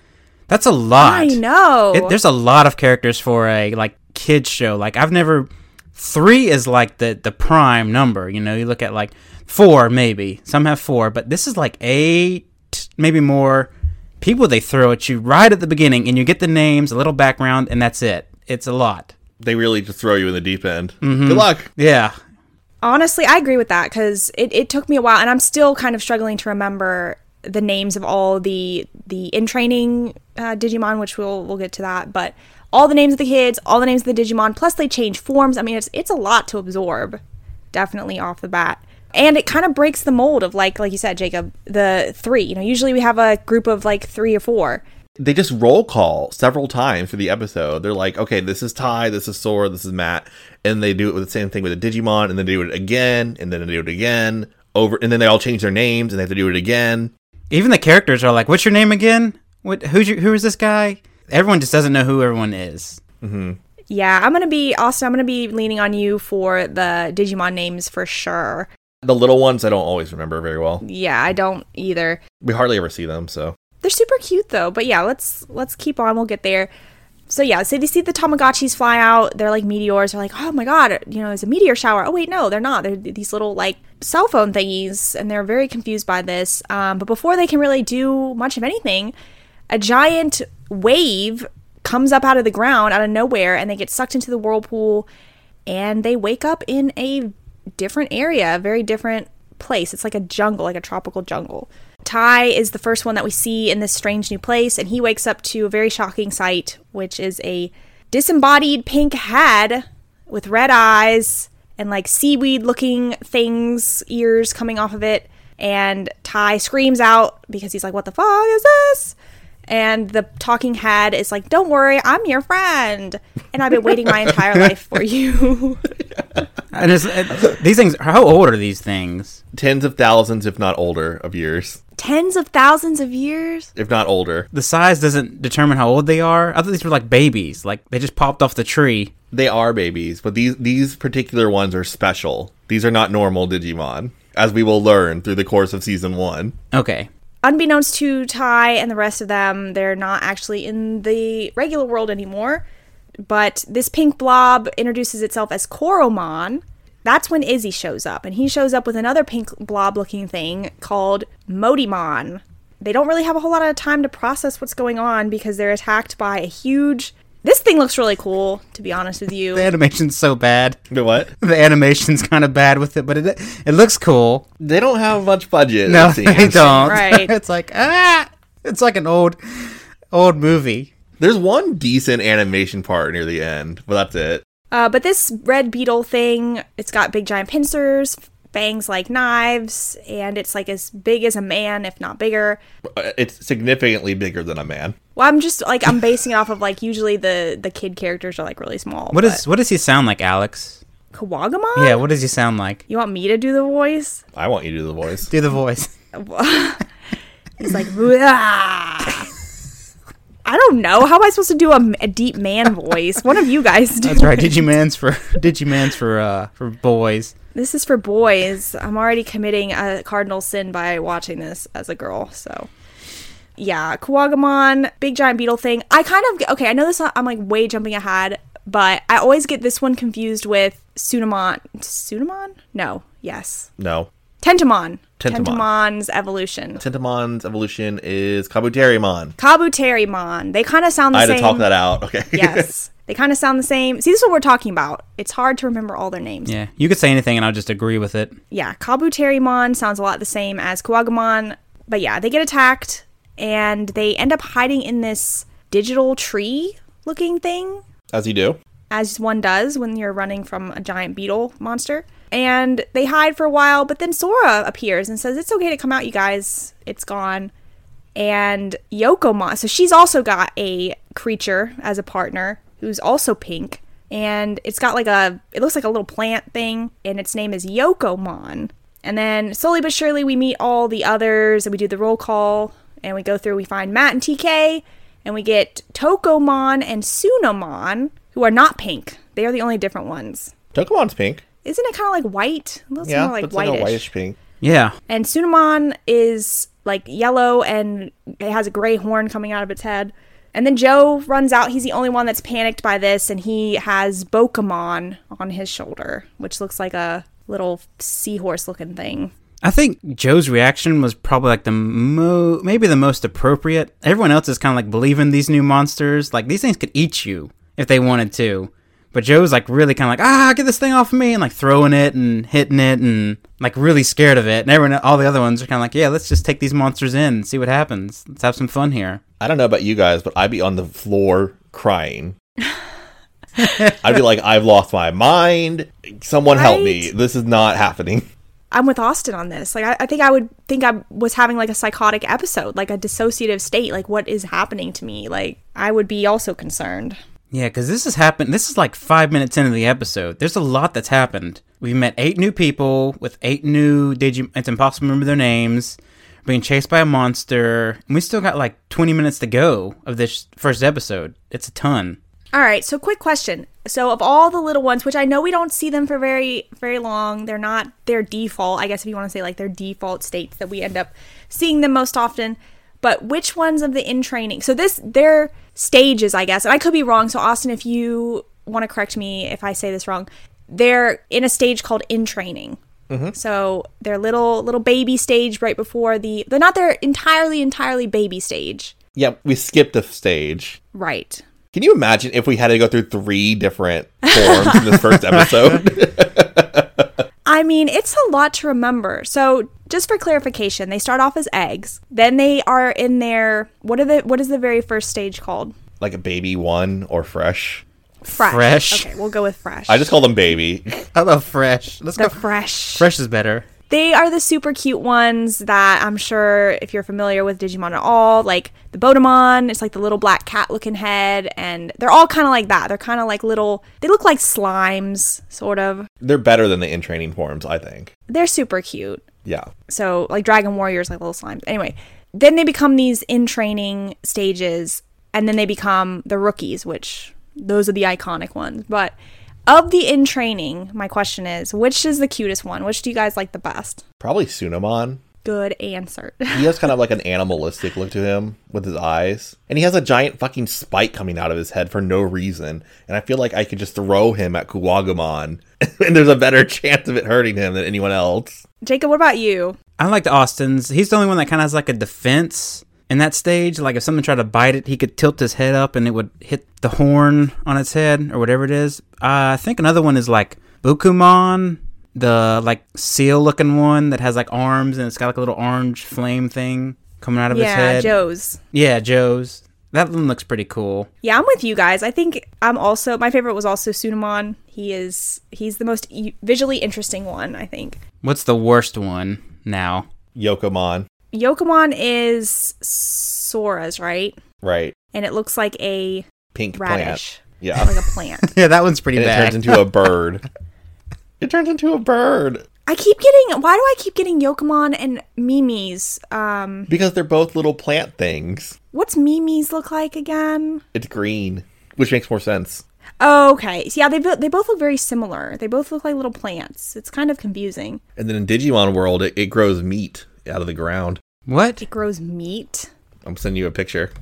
Speaker 2: That's a lot.
Speaker 4: I know.
Speaker 2: It, there's a lot of characters for a like kids show. Like I've never three is like the the prime number. You know, you look at like four maybe some have four, but this is like eight maybe more people they throw at you right at the beginning, and you get the names, a little background, and that's it. It's a lot.
Speaker 3: They really just throw you in the deep end. Good luck.
Speaker 2: Yeah,
Speaker 4: honestly i agree with that because it, it took me a while and i'm still kind of struggling to remember the names of all the the in training uh, Digimon, which we'll we'll get to that. But all the names of the kids, all the names of the Digimon, plus they change forms. I mean, it's it's a lot to absorb, definitely off the bat. And it kind of breaks the mold of like like you said, Jacob, the three. You know, usually we have a group of like three or four.
Speaker 3: they just roll call several times for the episode. They're like, okay, this is Ty, this is Sora, this is Matt, and they do it with the same thing with the Digimon, and then they do it again, and then they do it again over, and then they all change their names, and they have to do it again.
Speaker 2: Even the characters are like, "What's your name again? What? Who's your, who is this guy?" Everyone just doesn't know who everyone is.
Speaker 4: Yeah, I'm gonna be Austin. I'm gonna be leaning on you for the Digimon names for sure.
Speaker 3: The little ones I don't always remember very well.
Speaker 4: Yeah, I don't either.
Speaker 3: We hardly ever see them, so
Speaker 4: They're super cute though. But yeah, let's let's keep on. We'll get there. So yeah, so they see the Tamagotchis fly out. They're like meteors. They're like, oh my god, you know, it's a meteor shower. Oh wait, no, they're not. They're these little like cell phone thingies, and they're very confused by this. Um, but before they can really do much of anything, a giant wave comes up out of the ground out of nowhere, and they get sucked into the whirlpool, and they wake up in a different area, a very different place. It's like a jungle, like a tropical jungle. Ty is the first one that we see in this strange new place, and he wakes up to a very shocking sight, which is a disembodied pink head with red eyes and like seaweed looking things, ears coming off of it. And Ty screams out because he's like, What the fuck is this? And the talking head is like, Don't worry, I'm your friend. And I've been waiting my entire life for you.
Speaker 2: And it's, it, these things. How old are these things?
Speaker 3: tens of thousands, if not older, of years,
Speaker 4: Tens of thousands of years?
Speaker 3: if not older.
Speaker 2: The size doesn't determine how old they are. I thought these were like babies. Like they just popped off the tree.
Speaker 3: They are babies, but these these particular ones are special. These are not normal Digimon, as we will learn through the course of season one.
Speaker 2: Okay.
Speaker 4: unbeknownst to Ty and the rest of them, they're not actually in the regular world anymore. But this pink blob introduces itself as Koromon. That's when Izzy shows up, and he shows up with another pink blob looking thing called Modimon. They don't really have a whole lot of time to process what's going on because they're attacked by a huge. This thing looks really cool, to be honest with you.
Speaker 2: The animation's so bad.
Speaker 3: The what?
Speaker 2: The animation's kind of bad with it, but it it looks cool.
Speaker 3: They don't have much budget.
Speaker 2: No,
Speaker 3: it seems.
Speaker 2: they don't.
Speaker 4: Right.
Speaker 2: it's like ah, it's like an old, old movie.
Speaker 3: There's one decent animation part near the end, but that's it.
Speaker 4: Uh, but this red beetle thing, it's got big giant pincers, fangs like knives, and it's like as big as a man, if not bigger.
Speaker 3: Uh, It's significantly bigger than a man.
Speaker 4: Well, I'm just like I'm basing it off of like usually the the kid characters are like really small.
Speaker 2: What is what does he sound like, Alex?
Speaker 4: Kawagamon?
Speaker 2: Yeah, what does he sound like?
Speaker 4: You want me to do the voice?
Speaker 3: I want you to do the voice.
Speaker 2: Do the voice.
Speaker 4: He's like, "Wah." I don't know. How am I supposed to do a, a deep man voice? One of you guys do.
Speaker 2: That's right. Digiman's for Digiman's for uh for boys.
Speaker 4: This is for boys. I'm already committing a cardinal sin by watching this as a girl. So, yeah, Kawagamon, big giant beetle thing. I kind of okay. I know this. I'm like way jumping ahead, but I always get this one confused with Sunamon. Sunamon? No. Yes.
Speaker 3: No.
Speaker 4: Tentamon.
Speaker 3: Tentamon.
Speaker 4: Tentamon's evolution.
Speaker 3: Tentamon's evolution is Kabuterimon.
Speaker 4: Kabuterimon. They kind of sound the
Speaker 3: I had
Speaker 4: same.
Speaker 3: to talk that out. Okay.
Speaker 4: yes. They kind of sound the same. See, this is what we're talking about. It's hard to remember all their names.
Speaker 2: Yeah, you could say anything and I'll just agree with it.
Speaker 4: yeah, Kabuterimon sounds a lot the same as Kawagamon, but yeah, they get attacked and they end up hiding in this digital tree looking thing,
Speaker 3: As you do.
Speaker 4: as one does when you're running from a giant beetle monster. And they hide for a while, but then Sora appears and says, It's okay to come out, you guys. It's gone. And Yokomon, so she's also got a creature as a partner who's also pink. And it's got like a, it looks like a little plant thing, and its name is Yokomon. And then slowly but surely, we meet all the others and we do the roll call and we go through, we find Matt and TK, and we get Tokomon and Sunomon, who are not pink. They are the only different ones.
Speaker 3: Tokemon's pink.
Speaker 4: Isn't it kind of like white? It looks
Speaker 3: Yeah.
Speaker 4: kinda like
Speaker 3: it's
Speaker 4: whitish.
Speaker 3: like a whitish pink.
Speaker 2: Yeah,
Speaker 4: And Sunomon is like yellow and it has a gray horn coming out of its head. And then Joe runs out. He's the only one that's panicked by this, and he has Bokamon on his shoulder, which looks like a little seahorse looking thing.
Speaker 2: I think Joe's reaction was probably like the mo maybe the most appropriate. Everyone else is kind of like believing these new monsters. Like these things could eat you if they wanted to, but But Joe's like really kind of like, ah, get this thing off of me, and like throwing it and hitting it and like really scared of it. And everyone, all the other ones are kind of like, yeah, let's just take these monsters in and see what happens. Let's have some fun here.
Speaker 3: I don't know about you guys, but I'd be on the floor crying. I'd be like, I've lost my mind. Someone help me.
Speaker 4: Right?
Speaker 3: This is not happening.
Speaker 4: I'm with Austin on this. Like, I, I think I would think I was having like a psychotic episode, like a dissociative state. Like, what is happening to me? Like, I would be also concerned.
Speaker 2: Yeah, because this has happened. This is like five minutes into the episode. There's a lot that's happened. We've met eight new people with eight new Digimon. It's impossible to remember their names. Being chased by a monster. And we still got like 20 minutes to go of this first episode. It's a ton.
Speaker 4: All right, so quick question. So of all the little ones, which I know we don't see them for very very long, they're not their default, I guess if you want to say like their default states that we end up seeing them most often, but which ones of the in training? So this their stages, I guess. And I could be wrong, so Austin if you want to correct me if I say this wrong. They're in a stage called in training. So their little little baby stage right before the they're not their entirely entirely baby stage.
Speaker 3: Yeah, we skipped a stage.
Speaker 4: Right.
Speaker 3: Can you imagine if we had to go through three different forms in this first episode?
Speaker 4: I mean, it's a lot to remember. So, just for clarification, they start off as eggs. Then they are in their what are the what is the very first stage called?
Speaker 3: like a baby one or fresh.
Speaker 4: Fresh.
Speaker 2: Fresh.
Speaker 4: Okay, we'll go with fresh.
Speaker 3: I just call them baby.
Speaker 2: I love Fresh. Let's
Speaker 4: the
Speaker 2: go.
Speaker 4: fresh.
Speaker 2: Fresh is better.
Speaker 4: They are the super cute ones that I'm sure if you're familiar with Digimon at all, like the Bodemon, it's like the little black cat looking head, and they're all kind of like that. They're kind of like little, they look like slimes, sort of.
Speaker 3: They're better than the in training forms, I think.
Speaker 4: They're super cute.
Speaker 3: Yeah.
Speaker 4: So like Dragon Warriors, like little slimes. Anyway, then they become these in training stages, and then they become the rookies, which those are the iconic ones. But of the in training, my question is, which is the cutest one? Which do you guys like the best?
Speaker 3: Probably Sunomon.
Speaker 4: Good answer.
Speaker 3: He has kind of like an animalistic look to him with his eyes. And he has a giant fucking spike coming out of his head for no reason. And I feel like I could just throw him at Kuwagamon and there's a better chance of it hurting him than anyone else.
Speaker 4: Jacob, what about you?
Speaker 2: I liked Austin's. He's the only one that kind of has like a defense in that stage. Like if someone tried to bite it, he could tilt his head up and it would hit the horn on its head or whatever it is. Uh, I think another one is like Bukumon, the like seal looking one that has like arms and it's got like a little orange flame thing coming out of its
Speaker 4: Yeah,
Speaker 2: head.
Speaker 4: Joe's.
Speaker 2: Yeah, Joe's. That one looks pretty cool.
Speaker 4: Yeah, I'm with you guys. I think I'm also my favorite was also Sunemon. He is he's the most e- visually interesting one, I think.
Speaker 2: What's the worst one now?
Speaker 3: Yokomon.
Speaker 4: Yokomon is Sora's, right?
Speaker 3: Right.
Speaker 4: And it looks like a
Speaker 3: Pink
Speaker 4: radish.
Speaker 3: plant. Yeah.
Speaker 4: Like a plant.
Speaker 2: Yeah, that one's pretty
Speaker 3: and it
Speaker 2: bad.
Speaker 3: turns into a bird. it turns into a bird.
Speaker 4: I keep getting why do I keep getting Yokomon and Mimi's? Um
Speaker 3: Because they're both little plant things.
Speaker 4: what's Mimi's look like again?
Speaker 3: It's green. Which makes more sense.
Speaker 4: Oh, okay. So yeah, they bo- they both look very similar. They both look like little plants. It's kind of confusing.
Speaker 3: And then in Digimon world it, it grows meat out of the ground.
Speaker 2: what?
Speaker 4: It grows meat.
Speaker 3: I'm sending you a picture.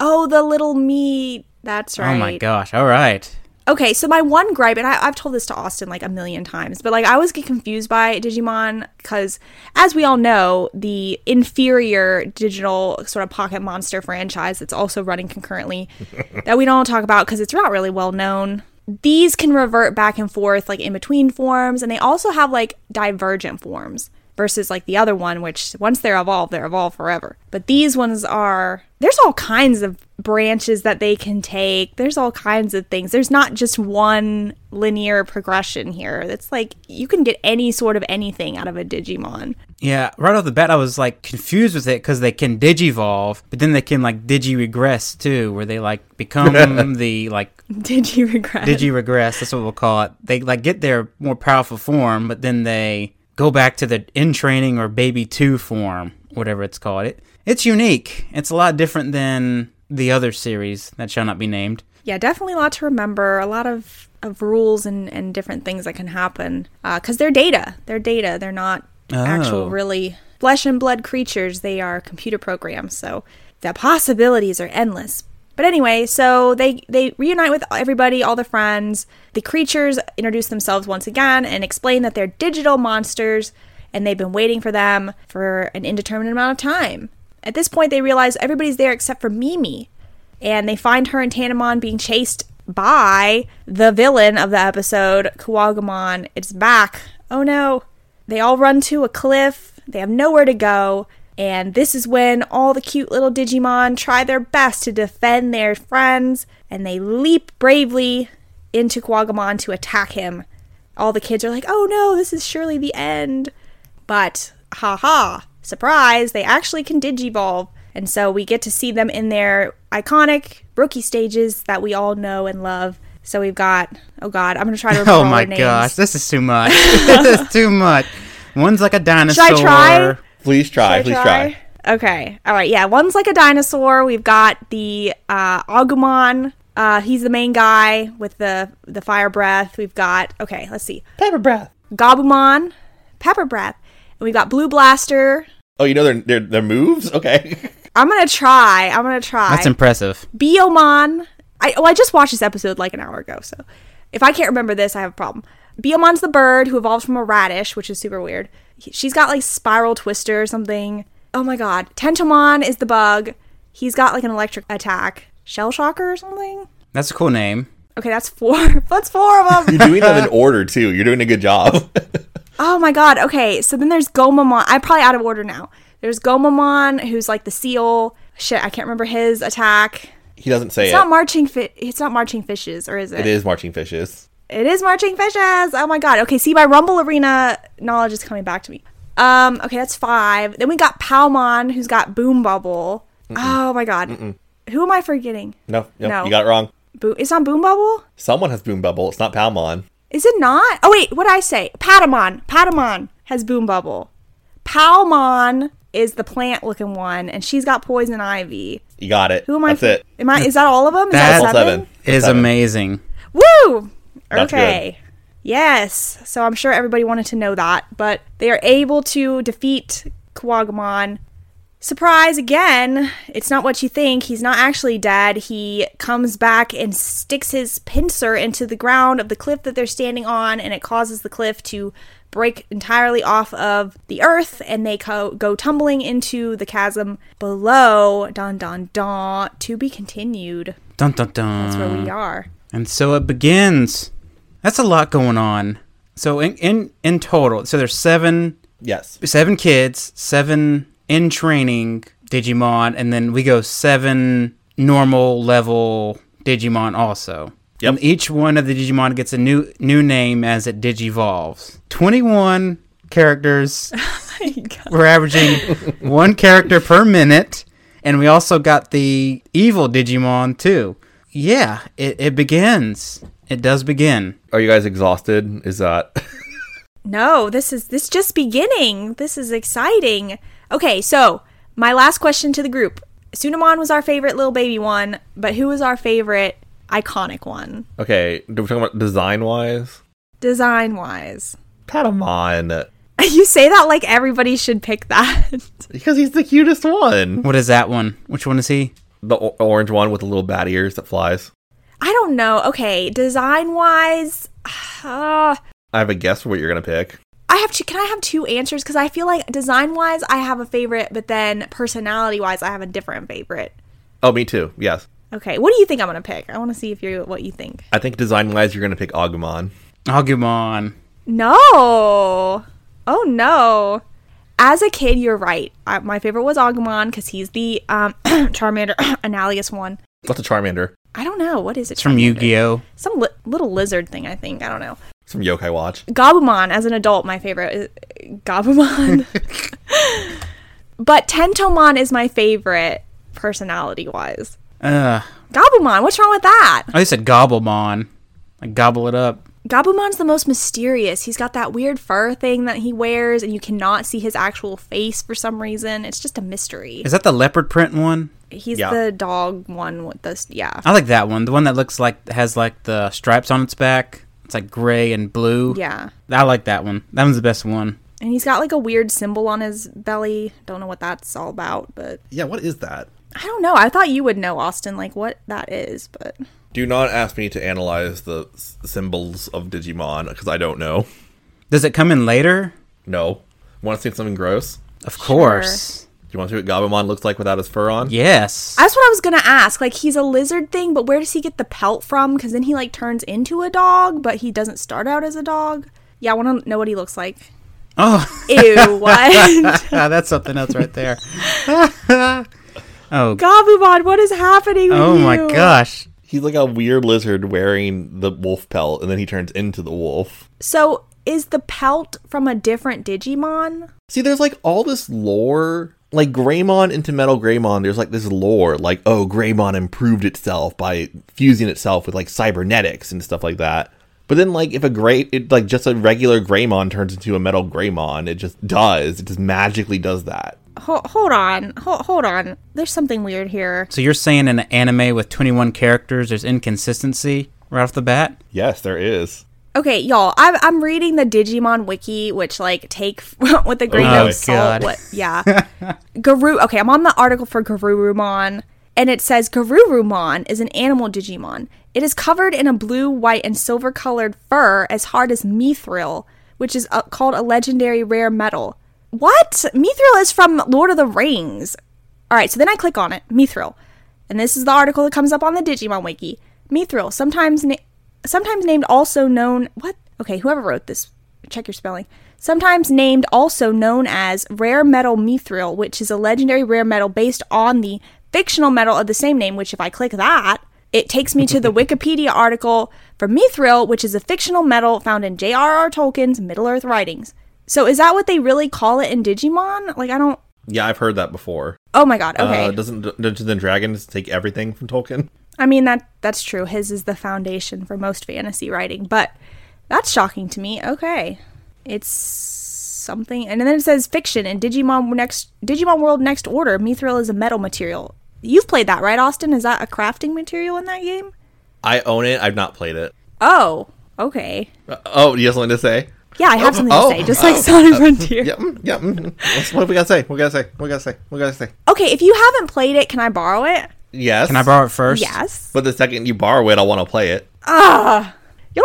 Speaker 4: Oh, the little meat. That's right.
Speaker 2: Oh my gosh! All right.
Speaker 4: Okay, so my one gripe, and I, I've told this to Austin like a million times, but like I always get confused by Digimon because, as we all know, the inferior digital sort of pocket monster franchise that's also running concurrently that we don't talk about because it's not really well known. These can revert back and forth like in between forms, and they also have like divergent forms versus like the other one, which once they're evolved, they're evolved forever. But these ones are there's all kinds of branches that they can take. There's all kinds of things. There's not just one linear progression here. It's like you can get any sort of anything out of a Digimon.
Speaker 2: Yeah, right off the bat, I was like confused with it because they can digivolve, but then they can like digi regress too, where they like become the like
Speaker 4: Digi regret.
Speaker 2: digi regress. That's what we'll call it. They like get their more powerful form, but then they go back to the in training or baby two form, whatever it's called. It it's unique. It's a lot different than the other series that shall not be named.
Speaker 4: yeah, definitely a lot to remember. A lot of of rules and and different things that can happen because they're data. They're data. They're not
Speaker 2: Oh.
Speaker 4: actual really flesh and blood creatures. They are computer programs. So the possibilities are endless. But anyway, so they they reunite with everybody, all the friends. The creatures introduce themselves once again and explain that they're digital monsters and they've been waiting for them for an indeterminate amount of time. At this point, they realize everybody's there except for Mimi, and they find her and Tanamon being chased by the villain of the episode, Kawagamon. It's back. Oh no. They all run to a cliff. They have nowhere to go. And this is when all the cute little Digimon try their best to defend their friends and they leap bravely into Quagamon to attack him. All the kids are like, oh no, this is surely the end. But haha, surprise, they actually can digivolve. And so we get to see them in their iconic rookie stages that we all know and love. So we've got, oh god, I'm going to try to remember
Speaker 2: Oh
Speaker 4: all
Speaker 2: my
Speaker 4: their names.
Speaker 2: gosh, this is too much. this is too much. One's like a dinosaur.
Speaker 4: try?
Speaker 3: Please try. Please try.
Speaker 4: Okay. All right. Yeah. One's like a dinosaur. We've got the uh, Agumon. Uh, he's the main guy with the the fire breath. We've got okay. Let's see.
Speaker 3: Pepper breath.
Speaker 4: Gabumon, pepper breath, and we've got Blue Blaster.
Speaker 3: Oh, you know their their, their moves. Okay.
Speaker 4: I'm gonna try. I'm gonna try.
Speaker 2: That's impressive.
Speaker 4: Biomon. I well, I just watched this episode like an hour ago, so if I can't remember this, I have a problem. Biomon's the bird who evolves from a radish, which is super weird. He- She's got like spiral twister or something. Oh my god. Tentomon is the bug. He's got like an electric attack. Shell shocker or something.
Speaker 2: That's a cool name.
Speaker 4: Okay, that's four. that's four of them.
Speaker 3: You're doing that in order too. You're doing a good job.
Speaker 4: Oh my god. Okay, so then there's Gomamon. I'm probably out of order now. There's Gomamon, who's like the seal. Shit, I can't remember his attack.
Speaker 3: he doesn't say
Speaker 4: It's
Speaker 3: it.
Speaker 4: not marching. Fi- it's not marching fishes, or is it?
Speaker 3: it is marching fishes.
Speaker 4: It is marching fishes. Oh my god. Okay, see my Rumble Arena knowledge is coming back to me. Um, okay, that's five. Then we got Palmon, who's got Boom Bubble. Oh my god. Who am I forgetting?
Speaker 3: No, no,
Speaker 4: No.
Speaker 3: you got it wrong.
Speaker 4: Boom it's not Boom Bubble?
Speaker 3: Someone has boom bubble. It's not Palmon.
Speaker 4: Is it not? Oh wait, what did I say? Patamon. Patamon has Boom Bubble. Palmon is the plant looking one, and she's got poison ivy.
Speaker 3: You got it.
Speaker 4: Who am I?
Speaker 3: That's it.
Speaker 4: Am I? Is that all of them? Is
Speaker 2: That's
Speaker 3: That's all
Speaker 4: that seven?
Speaker 3: seven.
Speaker 2: It is
Speaker 3: Seven.
Speaker 2: amazing.
Speaker 4: Woo!
Speaker 3: That's
Speaker 4: okay. Yes. So I'm sure everybody wanted to know that, but they are able to defeat Kawagamon. Surprise again. It's not what you think. He's not actually dead. He comes back and sticks his pincer into the ground of the cliff that they're standing on, and it causes the cliff to break entirely off of the earth, and they co- go tumbling into the chasm below. Don, don, don. To be continued.
Speaker 2: Dun dun dun.
Speaker 4: That's where we are.
Speaker 2: And so it begins. That's a lot going on. So in in, in total, so there's seven
Speaker 3: Yes.
Speaker 2: seven kids, seven in training Digimon, and then we go seven normal level Digimon also.
Speaker 3: Yep.
Speaker 2: And each one of the Digimon gets a new new name as it digivolves. Twenty one characters. We're averaging one character per minute, and we also got the evil Digimon too. Yeah, it, it begins. It does begin.
Speaker 3: Are you guys exhausted? Is that
Speaker 4: No, this is this just beginning. This is exciting. Okay, so my last question to the group. Sunamon was our favorite little baby one, but who was our favorite iconic one?
Speaker 3: okay? We're talking about design wise.
Speaker 4: Design wise.
Speaker 3: Patamon,
Speaker 4: You say that like everybody should pick that.
Speaker 3: because he's the cutest one.
Speaker 2: What is that one? Which one is he?
Speaker 3: The o- orange one with the little bat ears that flies.
Speaker 4: I don't know. Okay, design wise, uh,
Speaker 3: I have a guess for what you're gonna pick.
Speaker 4: I have two. Can I have two answers? Because I feel like design wise, I have a favorite, but then personality wise, I have a different favorite.
Speaker 3: Oh, me too. Yes,
Speaker 4: Okay, what do you think I'm gonna pick? I want to see if you're what you think.
Speaker 3: I think design wise, you're gonna pick Agumon.
Speaker 2: Agumon.
Speaker 4: No. Oh no. As a kid, you're right. I, my favorite was Agumon because he's the um, Charmander analogous one.
Speaker 3: What's a Charmander?
Speaker 4: I don't know what is it.
Speaker 2: It's from
Speaker 4: Charmander?
Speaker 2: Yu-Gi-Oh.
Speaker 4: Some li- little lizard thing, I think. I don't know.
Speaker 3: It's from Yokai Watch.
Speaker 4: Gabumon as an adult, my favorite is Gabumon. but Tentomon is my favorite personality wise.
Speaker 2: Ugh.
Speaker 4: Gabumon, what's wrong with that?
Speaker 2: I said Gobblemon. Like gobble it up.
Speaker 4: Gabumon's the most mysterious. He's got that weird fur thing that he wears, and you cannot see his actual face for some reason. It's just a mystery.
Speaker 2: Is that the leopard print one?
Speaker 4: He's
Speaker 3: Yeah.
Speaker 4: the dog one with the yeah,
Speaker 2: I like that one. The one that looks like has like the stripes on its back. It's like gray and blue.
Speaker 4: yeah,
Speaker 2: I like that one. That one's the best one.
Speaker 4: and he's got like a weird symbol on his belly. Don't know what that's all about, but
Speaker 3: Yeah, what is that?
Speaker 4: I don't know. I thought you would know, Austin, like what that is, but
Speaker 3: Do not ask me to analyze the s- symbols of Digimon because I don't know.
Speaker 2: Does it come in later?
Speaker 3: No. Want to see something gross?
Speaker 2: Of course.
Speaker 3: you want to see what Gabumon looks like without his fur on?
Speaker 2: Yes.
Speaker 4: That's what I was gonna ask. Like he's a lizard thing, but where does he get the pelt from? Because then he like turns into a dog, but he doesn't start out as a dog. Yeah, I want to know what he looks like.
Speaker 2: oh,
Speaker 4: Ew, what?
Speaker 2: Ah, that's something else right there. oh,
Speaker 4: Gabumon, what is happening? With
Speaker 2: oh my
Speaker 4: you?
Speaker 2: gosh.
Speaker 3: He's like a weird lizard wearing the wolf pelt, and then he turns into the wolf.
Speaker 4: So is the pelt from a different Digimon?
Speaker 3: See, there's like all this lore. Like Greymon into Metal Greymon, there's like this lore, like, oh, Greymon improved itself by fusing itself with like cybernetics and stuff like that. But then, like, if a great, it, like, just a regular Greymon turns into a Metal Greymon, it just does. It just magically does that.
Speaker 4: Ho- hold on, Ho- hold on. There's something weird here.
Speaker 2: So you're saying in an anime with 21 characters, there's inconsistency right off the bat?
Speaker 3: Yes, there is.
Speaker 4: Okay, y'all, I'm, I'm reading the Digimon wiki, which like take with a grain
Speaker 3: Oh my
Speaker 4: of salt.
Speaker 2: God.
Speaker 4: What, yeah, Garu. Okay, I'm on the article for Garurumon, and it says Garurumon is an animal Digimon. It is covered in a blue, white, and silver colored fur as hard as Mithril, which is uh, called a legendary rare metal. What? Mithril is from Lord of the Rings. All right, so then I click on it, Mithril, and this is the article that comes up on the Digimon wiki. Mithril, sometimes na- sometimes named also known what? Okay, whoever wrote this, check your spelling. Sometimes named also known as rare metal mithril, which is a legendary rare metal based on the fictional metal of the same name, which if I click that, it takes me to the Wikipedia article for mithril, which is a fictional metal found in J.R.R. Tolkien's Middle-earth writings. So is that what they really call it in Digimon? Like I don't
Speaker 3: Yeah, I've heard that before.
Speaker 4: Oh my god, okay.
Speaker 3: Uh, doesn't D- Dungeons and Dragons take everything from Tolkien?
Speaker 4: I mean that that's true. His is the foundation for most fantasy writing, but that's shocking to me. Okay. It's something and then it says fiction in Digimon next Digimon World Next Order, Mithril is a metal material. You've played that, right, Austin? Is that a crafting material in that game?
Speaker 3: I own it. I've not played it.
Speaker 4: Oh, okay.
Speaker 3: Uh, oh, you have something to say?
Speaker 4: Yeah, I have something
Speaker 3: oh,
Speaker 4: to say, just like
Speaker 3: oh,
Speaker 4: Sonic Frontier.
Speaker 3: Yep. mm, Yep. mm, mm. What's- What do we gotta say? What gotta say? What gotta say? What gotta say?
Speaker 4: Okay, if you haven't played it, can I borrow it?
Speaker 3: Yes.
Speaker 2: Can I borrow it first?
Speaker 4: Yes.
Speaker 3: But the second you borrow it, I want to play it.
Speaker 4: You're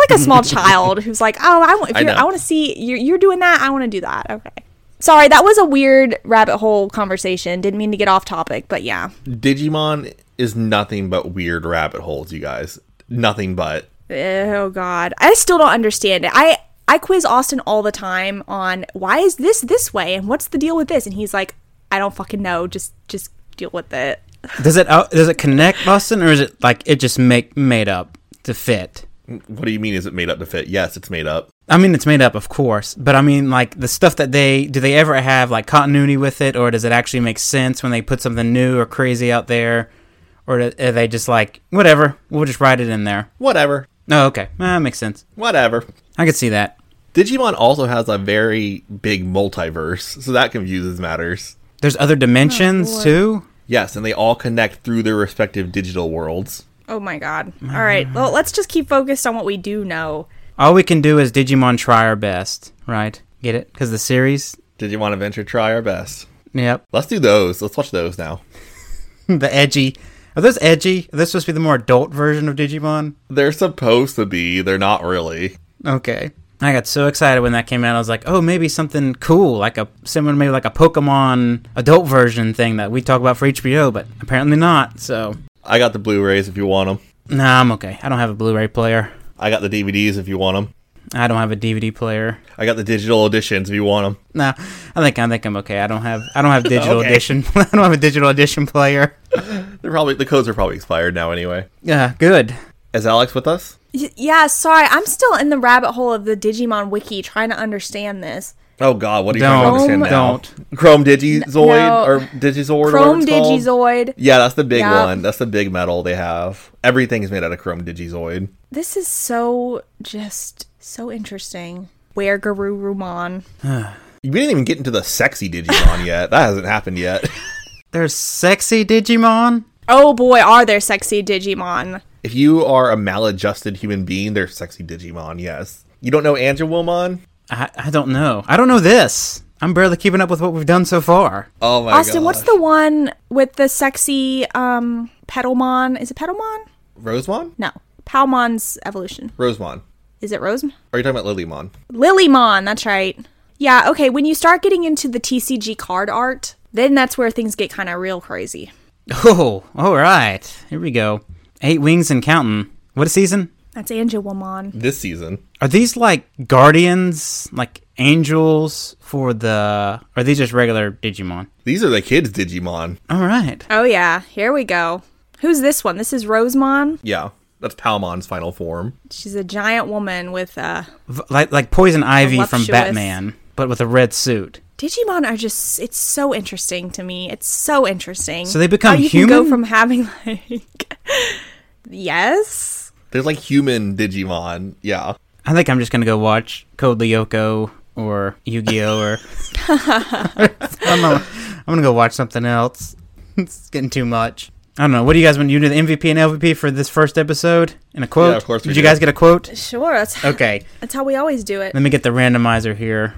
Speaker 4: like a small child who's like, oh, I want. If
Speaker 3: I
Speaker 4: you're,
Speaker 3: know.
Speaker 4: I, want to see you're, you're doing that. I want to do that. Okay. Sorry, that was a weird rabbit hole conversation. Didn't mean to get off topic, but yeah,
Speaker 3: Digimon is nothing but weird rabbit holes, you guys. Nothing but.
Speaker 4: Oh God, I still don't understand it. I I quiz Austin all the time on why is this this way and what's the deal with this, and he's like, I don't fucking know. Just just deal with it.
Speaker 2: Does it out does it connect Austin or is it like it just make made up to fit?
Speaker 3: What do you mean? Is it made up to fit? Yes, it's made up.
Speaker 2: I mean, it's made up, of course, but I mean, like the stuff that they do. They ever have like continuity with it, or does it actually make sense when they put something new or crazy out there, or do- are they just like whatever? We'll just write it in there.
Speaker 3: Whatever.
Speaker 2: No, oh, okay, that makes sense.
Speaker 3: Whatever.
Speaker 2: I could see that.
Speaker 3: Digimon also has a very big multiverse, so that confuses matters.
Speaker 2: There's other dimensions too.
Speaker 3: Yes, and they all connect through their respective digital worlds.
Speaker 4: Oh my God. All right. Well, let's just keep focused on what we do know.
Speaker 2: All we can do is Digimon try our best, right? Get it? Because the series.
Speaker 3: Digimon Adventure try our best.
Speaker 2: Yep.
Speaker 3: Let's do those. Let's watch those now.
Speaker 2: the edgy. Are those edgy? Are those supposed to be the more adult version of Digimon?
Speaker 3: They're supposed to be, they're not really.
Speaker 2: Okay. I got so excited when that came out. I was like, "Oh, maybe something cool, like a similar, maybe like a Pokemon adult version thing that we talk about for HBO." But apparently not. So,
Speaker 3: I got the Blu-rays if you want them.
Speaker 2: nah, I'm okay. I don't have a Blu-ray player.
Speaker 3: I got the DVDs if you want them.
Speaker 2: I don't have a DVD player.
Speaker 3: I got the digital editions if you want them.
Speaker 2: Nah, I think I think I'm okay. I don't have I don't have digital
Speaker 3: Okay.
Speaker 2: edition. I don't have a digital edition player.
Speaker 3: They're probably the codes are probably expired now anyway.
Speaker 2: Yeah, good.
Speaker 3: Is Alex with us?
Speaker 4: Y- yeah. Sorry, I'm still in the rabbit hole of the Digimon wiki trying to understand this.
Speaker 3: Oh God, what are you
Speaker 2: Don't.
Speaker 3: trying to understand now?
Speaker 2: Don't.
Speaker 3: Chrome Digizoid
Speaker 4: No.
Speaker 3: or Digizord? or whatever
Speaker 4: Chrome
Speaker 3: it's called?
Speaker 4: Digizoid.
Speaker 3: Yeah, that's the big
Speaker 4: Yeah.
Speaker 3: one. That's the big metal they have. Everything is made out of Chrome Digizoid.
Speaker 4: This is so just so interesting. Where Guru Ruman.
Speaker 3: We didn't even get into the sexy Digimon yet. That hasn't happened yet.
Speaker 2: There's sexy Digimon.
Speaker 4: Oh boy, are there sexy Digimon.
Speaker 3: If you are a maladjusted human being, they're sexy Digimon. Yes. You don't know Angelwomon?
Speaker 2: I, I don't know. I don't know this. I'm barely keeping up with what we've done so far.
Speaker 3: Oh my
Speaker 4: Austin, what's
Speaker 3: gosh.
Speaker 4: the one with the sexy um Petalmon? Is it Petalmon?
Speaker 3: Rosemon?
Speaker 4: No. Palmon's evolution.
Speaker 3: Rosemon.
Speaker 4: Is it Rose?
Speaker 3: Are you talking about Lilymon?
Speaker 4: Lilymon, that's right. Yeah, okay, when you start getting into the TCG card art, Then that's where things get kind of real crazy.
Speaker 2: Oh, all right. Here we go. Eight wings and counting. What a season?
Speaker 4: That's Anja Waman.
Speaker 3: This season.
Speaker 2: Are these like guardians, like angels for the? Or are these just regular Digimon?
Speaker 3: These are the kids' Digimon.
Speaker 2: All right.
Speaker 4: Oh yeah, here we go. Who's this one? This is Rosemon.
Speaker 3: Yeah. That's Palmon's final form.
Speaker 4: She's a giant woman with uh
Speaker 2: V- Like like poison ivy from
Speaker 4: Voluptuous.
Speaker 2: Batman, but with a red suit.
Speaker 4: Digimon are just it's so interesting to me. It's so interesting.
Speaker 2: So they become
Speaker 4: How you can
Speaker 2: human?
Speaker 4: go from having like Yes.
Speaker 3: There's like human Digimon. Yeah.
Speaker 2: I think I'm just gonna go watch Code Lyoko or Yu Gi Oh or. I'm, gonna, I'm gonna go watch something else. It's getting too much. I don't know. What do you guys want? You do the MVP and LVP for this first episode and a quote.
Speaker 3: of course we
Speaker 2: Did you
Speaker 3: do.
Speaker 2: guys get a quote?
Speaker 4: Sure, that's
Speaker 2: Okay.
Speaker 4: that's how we always do it.
Speaker 2: Let me get the randomizer here.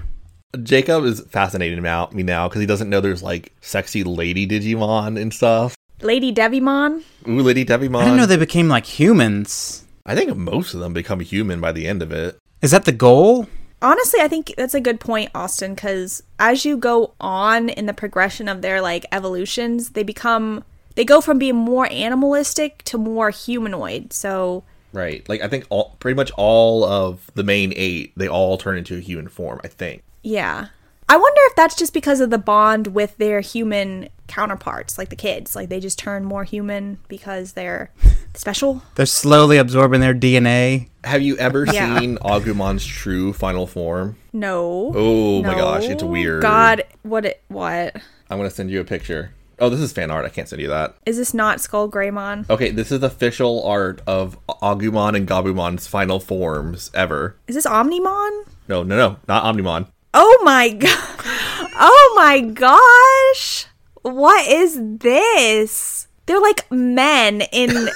Speaker 3: Jacob is fascinating about me now because he doesn't know there's like sexy lady Digimon and stuff.
Speaker 4: Lady Devimon.
Speaker 3: Ooh, lady Devimon.
Speaker 2: I didn't know they became like humans.
Speaker 3: I think most of them become human by the end of it.
Speaker 2: Is that the goal?
Speaker 4: Honestly, I think that's a good point, Austin, because as you go on in the progression of their like evolutions, they become they go from being more animalistic to more humanoid. So
Speaker 3: Right. Like I think all pretty much all of the main eight, they all turn into a human form, I think.
Speaker 4: yeah. I wonder if that's just because of the bond with their human counterparts, like the kids. Like they just turn more human because they're special.
Speaker 2: They're slowly absorbing their DNA.
Speaker 3: Have you ever
Speaker 4: Yeah.
Speaker 3: seen Agumon's true final form?
Speaker 4: No.
Speaker 3: Oh my
Speaker 4: No.
Speaker 3: gosh, it's weird.
Speaker 4: God, what it what?
Speaker 3: I'm gonna send you a picture. Oh, this is fan art. I can't send you that.
Speaker 4: Is this not Skull Greymon?
Speaker 3: Okay, this is official art of Agumon and Gabumon's final forms ever.
Speaker 4: Is this Omnimon?
Speaker 3: No, no, no, not Omnimon.
Speaker 4: Oh my god. Oh my gosh. What is this? They're like men in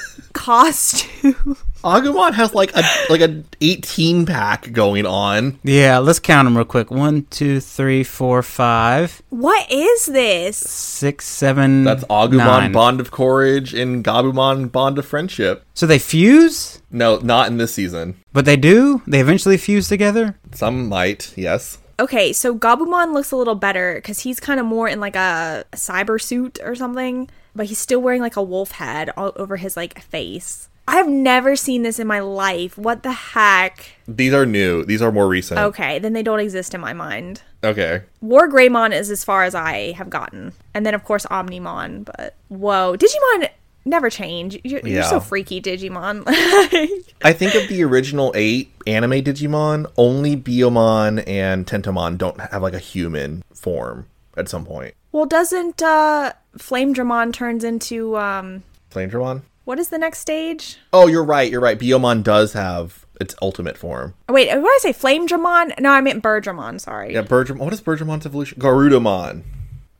Speaker 4: costume.
Speaker 3: Agumon has like a like a 18 pack going on.
Speaker 2: Yeah, let's count them real quick. One, two, three, four, five,
Speaker 4: What is this?
Speaker 2: six, seven.
Speaker 3: That's Agumon
Speaker 2: nine.
Speaker 3: bond of courage and Gabumon bond of friendship.
Speaker 2: So they fuse,
Speaker 3: No, not in this season.
Speaker 2: but they do. They eventually fuse together.
Speaker 3: Some might, yes.
Speaker 4: Okay, so Gabumon looks a little better because he's kind of more in like a cyber suit or something, but he's still wearing like a wolf head all over his like face. I've never seen this in my life. What the heck?
Speaker 3: These are new. These are more recent.
Speaker 4: Okay, then they don't exist in my mind.
Speaker 3: Okay.
Speaker 4: War Greymon is as far as I have gotten. And then, of course, Omnimon. But whoa, Digimon never change. You're, you're
Speaker 3: Yeah.
Speaker 4: so freaky, Digimon. Like,
Speaker 3: I think of the original eight anime Digimon, only Biomon and Tentomon don't have like a human form at some point.
Speaker 4: well, doesn't uh, Flame Dramon turns into um,
Speaker 3: Flandramon?
Speaker 4: what is the next stage?
Speaker 3: Oh, you're right. You're right. Biomon does have its ultimate form.
Speaker 4: Oh, wait, what did I say? Flame Dramon? No, I meant Bird Dramon. Sorry.
Speaker 3: Yeah, Bergamon. What is Bergamon's evolution? Garudamon.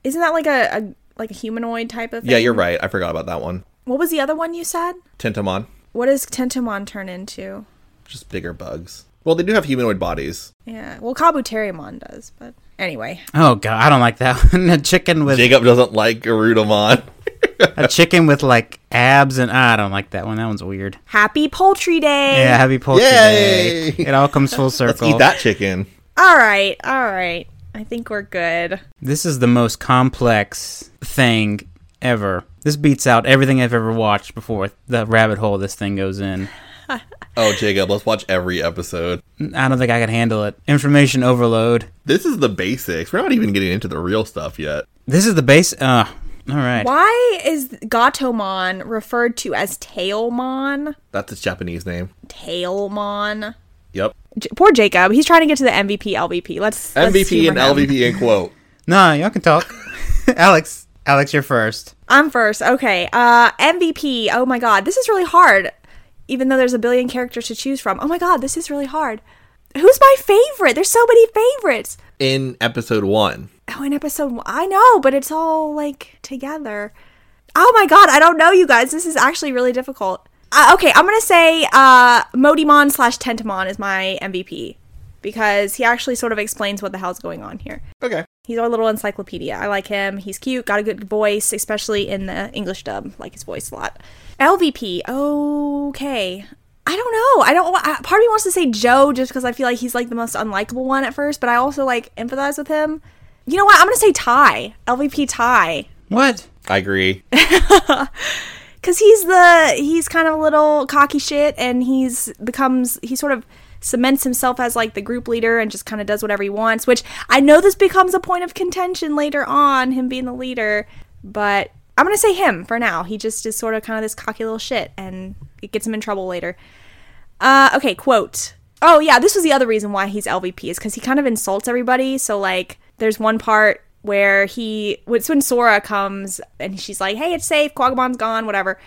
Speaker 4: Isn't that like a, a like a humanoid type of? Thing?
Speaker 3: Yeah, you're right. I forgot about that one.
Speaker 4: What was the other one you said?
Speaker 3: Tentomon.
Speaker 4: What does Tentomon turn into?
Speaker 3: Just bigger bugs. Well, they do have humanoid bodies.
Speaker 4: Yeah, well, Kabuterimon does, but anyway.
Speaker 2: Oh god, I don't like that one. a chicken with
Speaker 3: Jacob doesn't like Garudamon.
Speaker 2: a chicken with like abs and ah, I don't like that one. That one's weird.
Speaker 4: Happy Poultry Day!
Speaker 2: Yeah, happy poultry
Speaker 3: Yay!
Speaker 2: day. It all comes full
Speaker 3: Let's
Speaker 2: circle.
Speaker 3: eat that chicken.
Speaker 4: All right, all right. I think we're good.
Speaker 2: This is the most complex thing ever. This beats out everything I've ever watched before. The rabbit hole this thing goes in.
Speaker 3: Oh, Jacob, let's watch every episode.
Speaker 2: I don't think I can handle it. Information overload.
Speaker 3: This is the basics. We're not even getting into the real stuff yet.
Speaker 2: This is the base. Uh, all right.
Speaker 4: Why is Gatomon referred to as Tailmon?
Speaker 3: That's its Japanese name.
Speaker 4: Tailmon.
Speaker 3: Yep.
Speaker 4: J- poor Jacob. He's trying to get to the MVP LVP. Let's let's
Speaker 3: MVP
Speaker 4: humor
Speaker 3: and
Speaker 4: him.
Speaker 3: LVP in quote.
Speaker 2: Nah, y'all can talk. Alex, Alex, you're first.
Speaker 4: I'm first. Okay. Uh MVP. Oh my god, this is really hard. Even though there's a billion characters to choose from. Oh my god, this is really hard. Who's my favorite? There's so many favorites.
Speaker 3: In episode one,
Speaker 4: Oh, in episode one. I know, but it's all like together. Oh my god, I don't know, you guys. This is actually really difficult. Uh, okay, I'm gonna say uh, Modimon slash Tentamon is my MVP because he actually sort of explains what the hell's going on here.
Speaker 3: Okay.
Speaker 4: He's our little encyclopedia. I like him. He's cute, got a good voice, especially in the English dub. Like his voice a lot. LVP. Okay. I don't know. I don't. I, part of me wants to say Joe just because I feel like he's like the most unlikable one at first, but I also like empathize with him. You know what? I'm gonna say Ty, LVP Ty,
Speaker 2: What?
Speaker 3: I agree.
Speaker 4: because he's the he's kind of a little cocky shit, and he's becomes he sort of cements himself as like the group leader and just kind of does whatever he wants. Which I know this becomes a point of contention later on, him being the leader, but I'm gonna say him for now. He just is sort of kind of this cocky little shit, and it gets him in trouble later. Uh, okay, quote. Oh yeah, this was the other reason why he's LVP is because he kind of insults everybody. So like, there's one part where he, when- it's when Sora comes and she's like, "Hey, it's safe. Quagamon's gone. Whatever."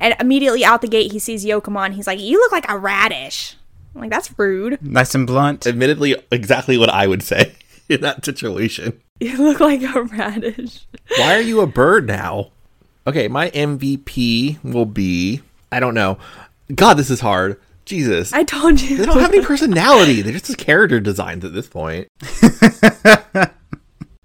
Speaker 4: And immediately out the gate, he sees Yokomon. He's like, "You look like a radish." I'm like that's
Speaker 3: Hmm.
Speaker 4: rude.
Speaker 2: Nice and blunt.
Speaker 3: Admittedly, exactly what I would say in that situation.
Speaker 4: You look like a radish.
Speaker 3: Why are you a bird now? Okay, my MVP will be I don't know. God, this is hard. Jesus.
Speaker 4: I told you.
Speaker 3: they don't have any personality. They're just character designs at this point.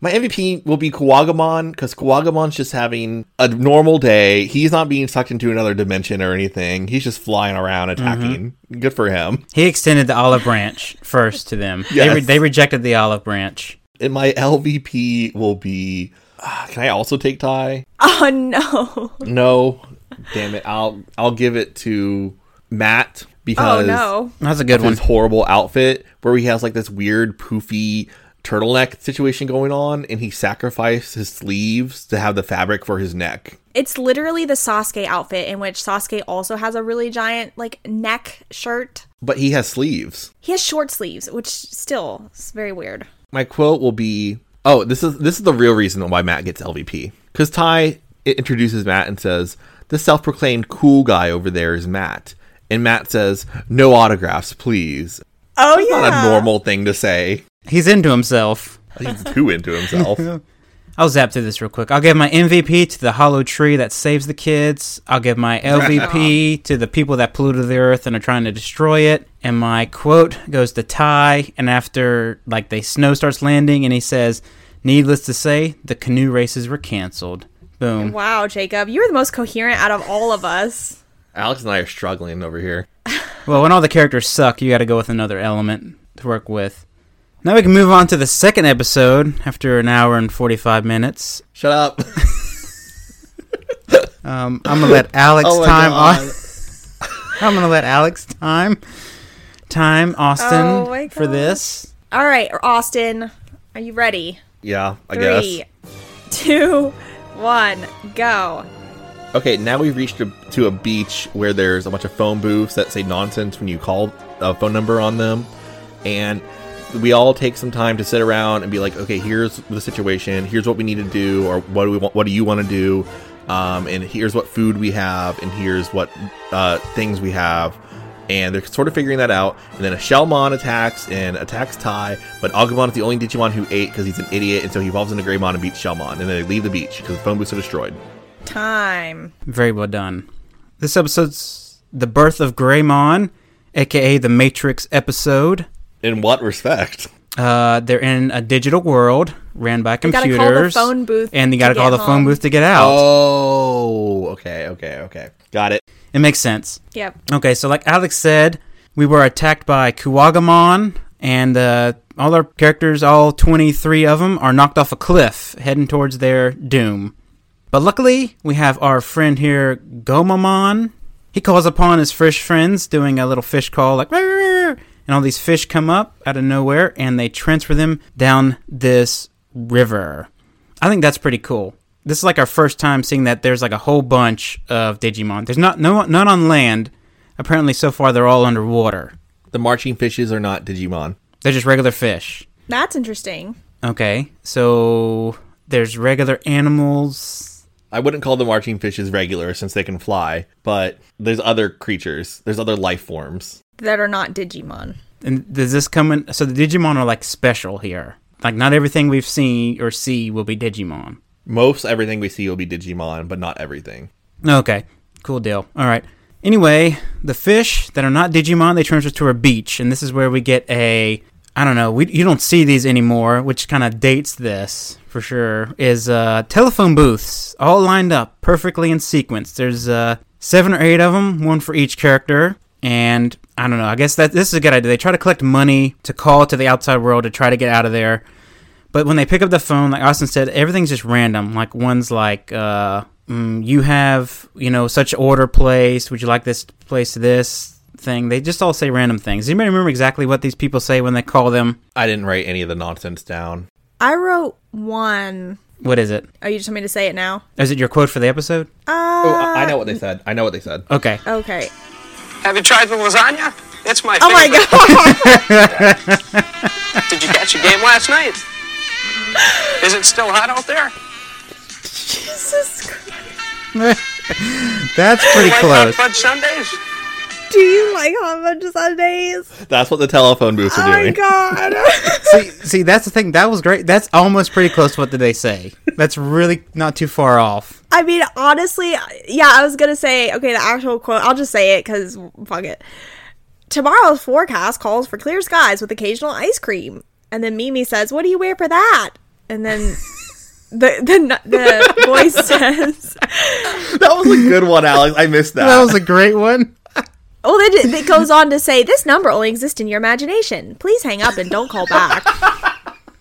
Speaker 3: My MVP will be Kawagamon because Kawagamon's just having a normal day. He's not being sucked into another dimension or anything. He's just flying around attacking. Good for him.
Speaker 2: He extended the olive branch first to them. They, re-
Speaker 3: Yes.
Speaker 2: they rejected the olive branch.
Speaker 3: And my LVP will be. Ah, can I also take Ty?
Speaker 4: Oh no.
Speaker 3: No, damn it. I'll I'll give it to Matt
Speaker 4: Oh
Speaker 3: because
Speaker 4: no.
Speaker 2: That's a good one.
Speaker 3: his horrible outfit where he has like this weird poofy turtleneck situation going on and he sacrificed his sleeves to have the fabric for his neck.
Speaker 4: It's literally the Sasuke outfit in which Sasuke also has a really giant like neck shirt.
Speaker 3: But he has sleeves.
Speaker 4: He has short sleeves, which still is very weird.
Speaker 3: My quote will be Oh, this is this is the real reason why Matt gets LVP. Cuz Ty i- introduces Matt and says, "The self-proclaimed cool guy over there is Matt." And Matt says, "No autographs, please."
Speaker 4: Oh
Speaker 3: Not a normal thing to say.
Speaker 2: He's into himself.
Speaker 3: He's too into himself.
Speaker 2: I'll zap through this real quick. I'll give my MVP to the hollow tree that saves the kids. I'll give my LVP to the people that polluted the earth and are trying to destroy it. And my quote goes to Ty. And after like the snow starts landing, and he says, "Needless to say, the canoe races were canceled." Boom.
Speaker 4: Wow, Jacob, you were the most coherent out of all of us.
Speaker 3: Alex and I are struggling over here.
Speaker 2: Well, when all the characters suck, you got to go with another element to work with. Now we can move on to the second episode after an hour and 45 minutes.
Speaker 3: Shut up.
Speaker 2: Um, I'm gonna let Alex
Speaker 3: Oh my
Speaker 2: time.
Speaker 3: God.
Speaker 2: I'm gonna let Alex time time Austin
Speaker 4: Oh my
Speaker 2: for
Speaker 4: gosh.
Speaker 2: this.
Speaker 4: All right, Austin, are you ready?
Speaker 3: Yeah, I
Speaker 4: Three,
Speaker 3: guess.
Speaker 4: two, one, go.
Speaker 3: Okay, now we've reached a, to a beach where there's a bunch of phone booths that say nonsense when you call a phone number on them. And we all take some time to sit around and be like, okay, here's the situation. Here's what we need to do, or what do we want? What do you want to do? Um, and here's what food we have, and here's what uh, things we have. And they're sort of figuring that out. And then a Shellmon attacks and attacks Ty, but Agumon is the only Digimon who ate because he's an idiot, and so he evolves into Greymon and beats Shellmon. And then they leave the beach because the phone booths are destroyed.
Speaker 4: Time.
Speaker 2: Very well done. This episode's the birth of Greymon, aka the Matrix episode.
Speaker 3: In what respect?
Speaker 2: Uh, they're in a digital world ran by
Speaker 4: gotta
Speaker 2: computers.
Speaker 4: call the phone booth
Speaker 2: and you
Speaker 4: to
Speaker 2: gotta
Speaker 4: get
Speaker 2: call the phone
Speaker 4: home.
Speaker 2: booth to get out.
Speaker 3: Oh, okay, okay, okay. Oh, Got it.
Speaker 2: It makes sense.
Speaker 4: Yep.
Speaker 2: Okay, so like Alex said, we were attacked by Kuwagamon, and uh, all our characters, all 23 of them, are knocked off a cliff, heading towards their doom. But luckily, we have our friend here, Gomamon. He calls upon his fish friends, doing a little fish call, like, "Rrr, rrr, rrr," and all these fish come up out of nowhere, and they transfer them down this river. I think that's pretty cool. This is like our first time seeing that there's like a whole bunch of Digimon. There's not no none on land. Apparently, so far they're all underwater.
Speaker 3: The marching fishes are not Digimon.
Speaker 2: They're just regular fish.
Speaker 4: That's interesting.
Speaker 2: Okay, so there's regular animals.
Speaker 3: I wouldn't call the marching fishes regular since they can fly, but there's other creatures. There's other life forms.
Speaker 4: That are not Digimon.
Speaker 2: And does this come in? So the Digimon are like special here. Like not everything we've seen or see will be Digimon.
Speaker 3: Most everything we see will be Digimon, but not everything.
Speaker 2: Okay, cool deal. All right. Anyway, the fish that are not Digimon, they transfer to a beach, and this is where we get a I don't know. We you don't see these anymore, which kind of dates this for sure. Is uh, telephone booths all lined up perfectly in sequence. There's uh, seven or eight of them, one for each character, and I don't know. I guess that this is a good idea. They try to collect money to call to the outside world to try to get out of there. But when they pick up the phone, like Austin said, everything's just random. Like one's like, uh, mm, "You have you know such order placed. Would you like this placed to this thing?" They just all say random things. Does anybody remember exactly what these people say when they call them?
Speaker 3: I didn't write any of the nonsense down.
Speaker 4: I wrote one.
Speaker 2: What is it?
Speaker 4: Oh, you just want me to say it now?
Speaker 2: Is it your quote for the episode?
Speaker 3: Oh, I I know what they said. I know what they said.
Speaker 2: Okay.
Speaker 4: Okay.
Speaker 5: Have you tried the lasagna? It's my
Speaker 4: Oh my
Speaker 5: favorite.
Speaker 4: god.
Speaker 5: Did you catch a game last night? Is it still hot out there?
Speaker 4: Jesus Christ.
Speaker 2: That's pretty
Speaker 5: Like hot
Speaker 2: close.
Speaker 5: fudge sundaes?
Speaker 4: Do you like hot fudge sundaes?
Speaker 3: That's what the telephone booths
Speaker 4: Oh
Speaker 3: are
Speaker 4: my
Speaker 3: doing.
Speaker 4: god.
Speaker 2: see, see, that's the thing. That was great. That's almost pretty close to what did they say. That's really not too far off.
Speaker 4: I mean, honestly, yeah, I was gonna say, okay, the actual quote, I'll just say it because fuck it. Tomorrow's forecast calls for clear skies with occasional ice cream. And then Mimi says, What do you wear for that? And then the, the, the voice says,
Speaker 3: That was a good one, Alex. I missed that.
Speaker 2: That was a great one.
Speaker 4: Well, then it goes on to say, This number only exists in your imagination. Please hang up and don't call back.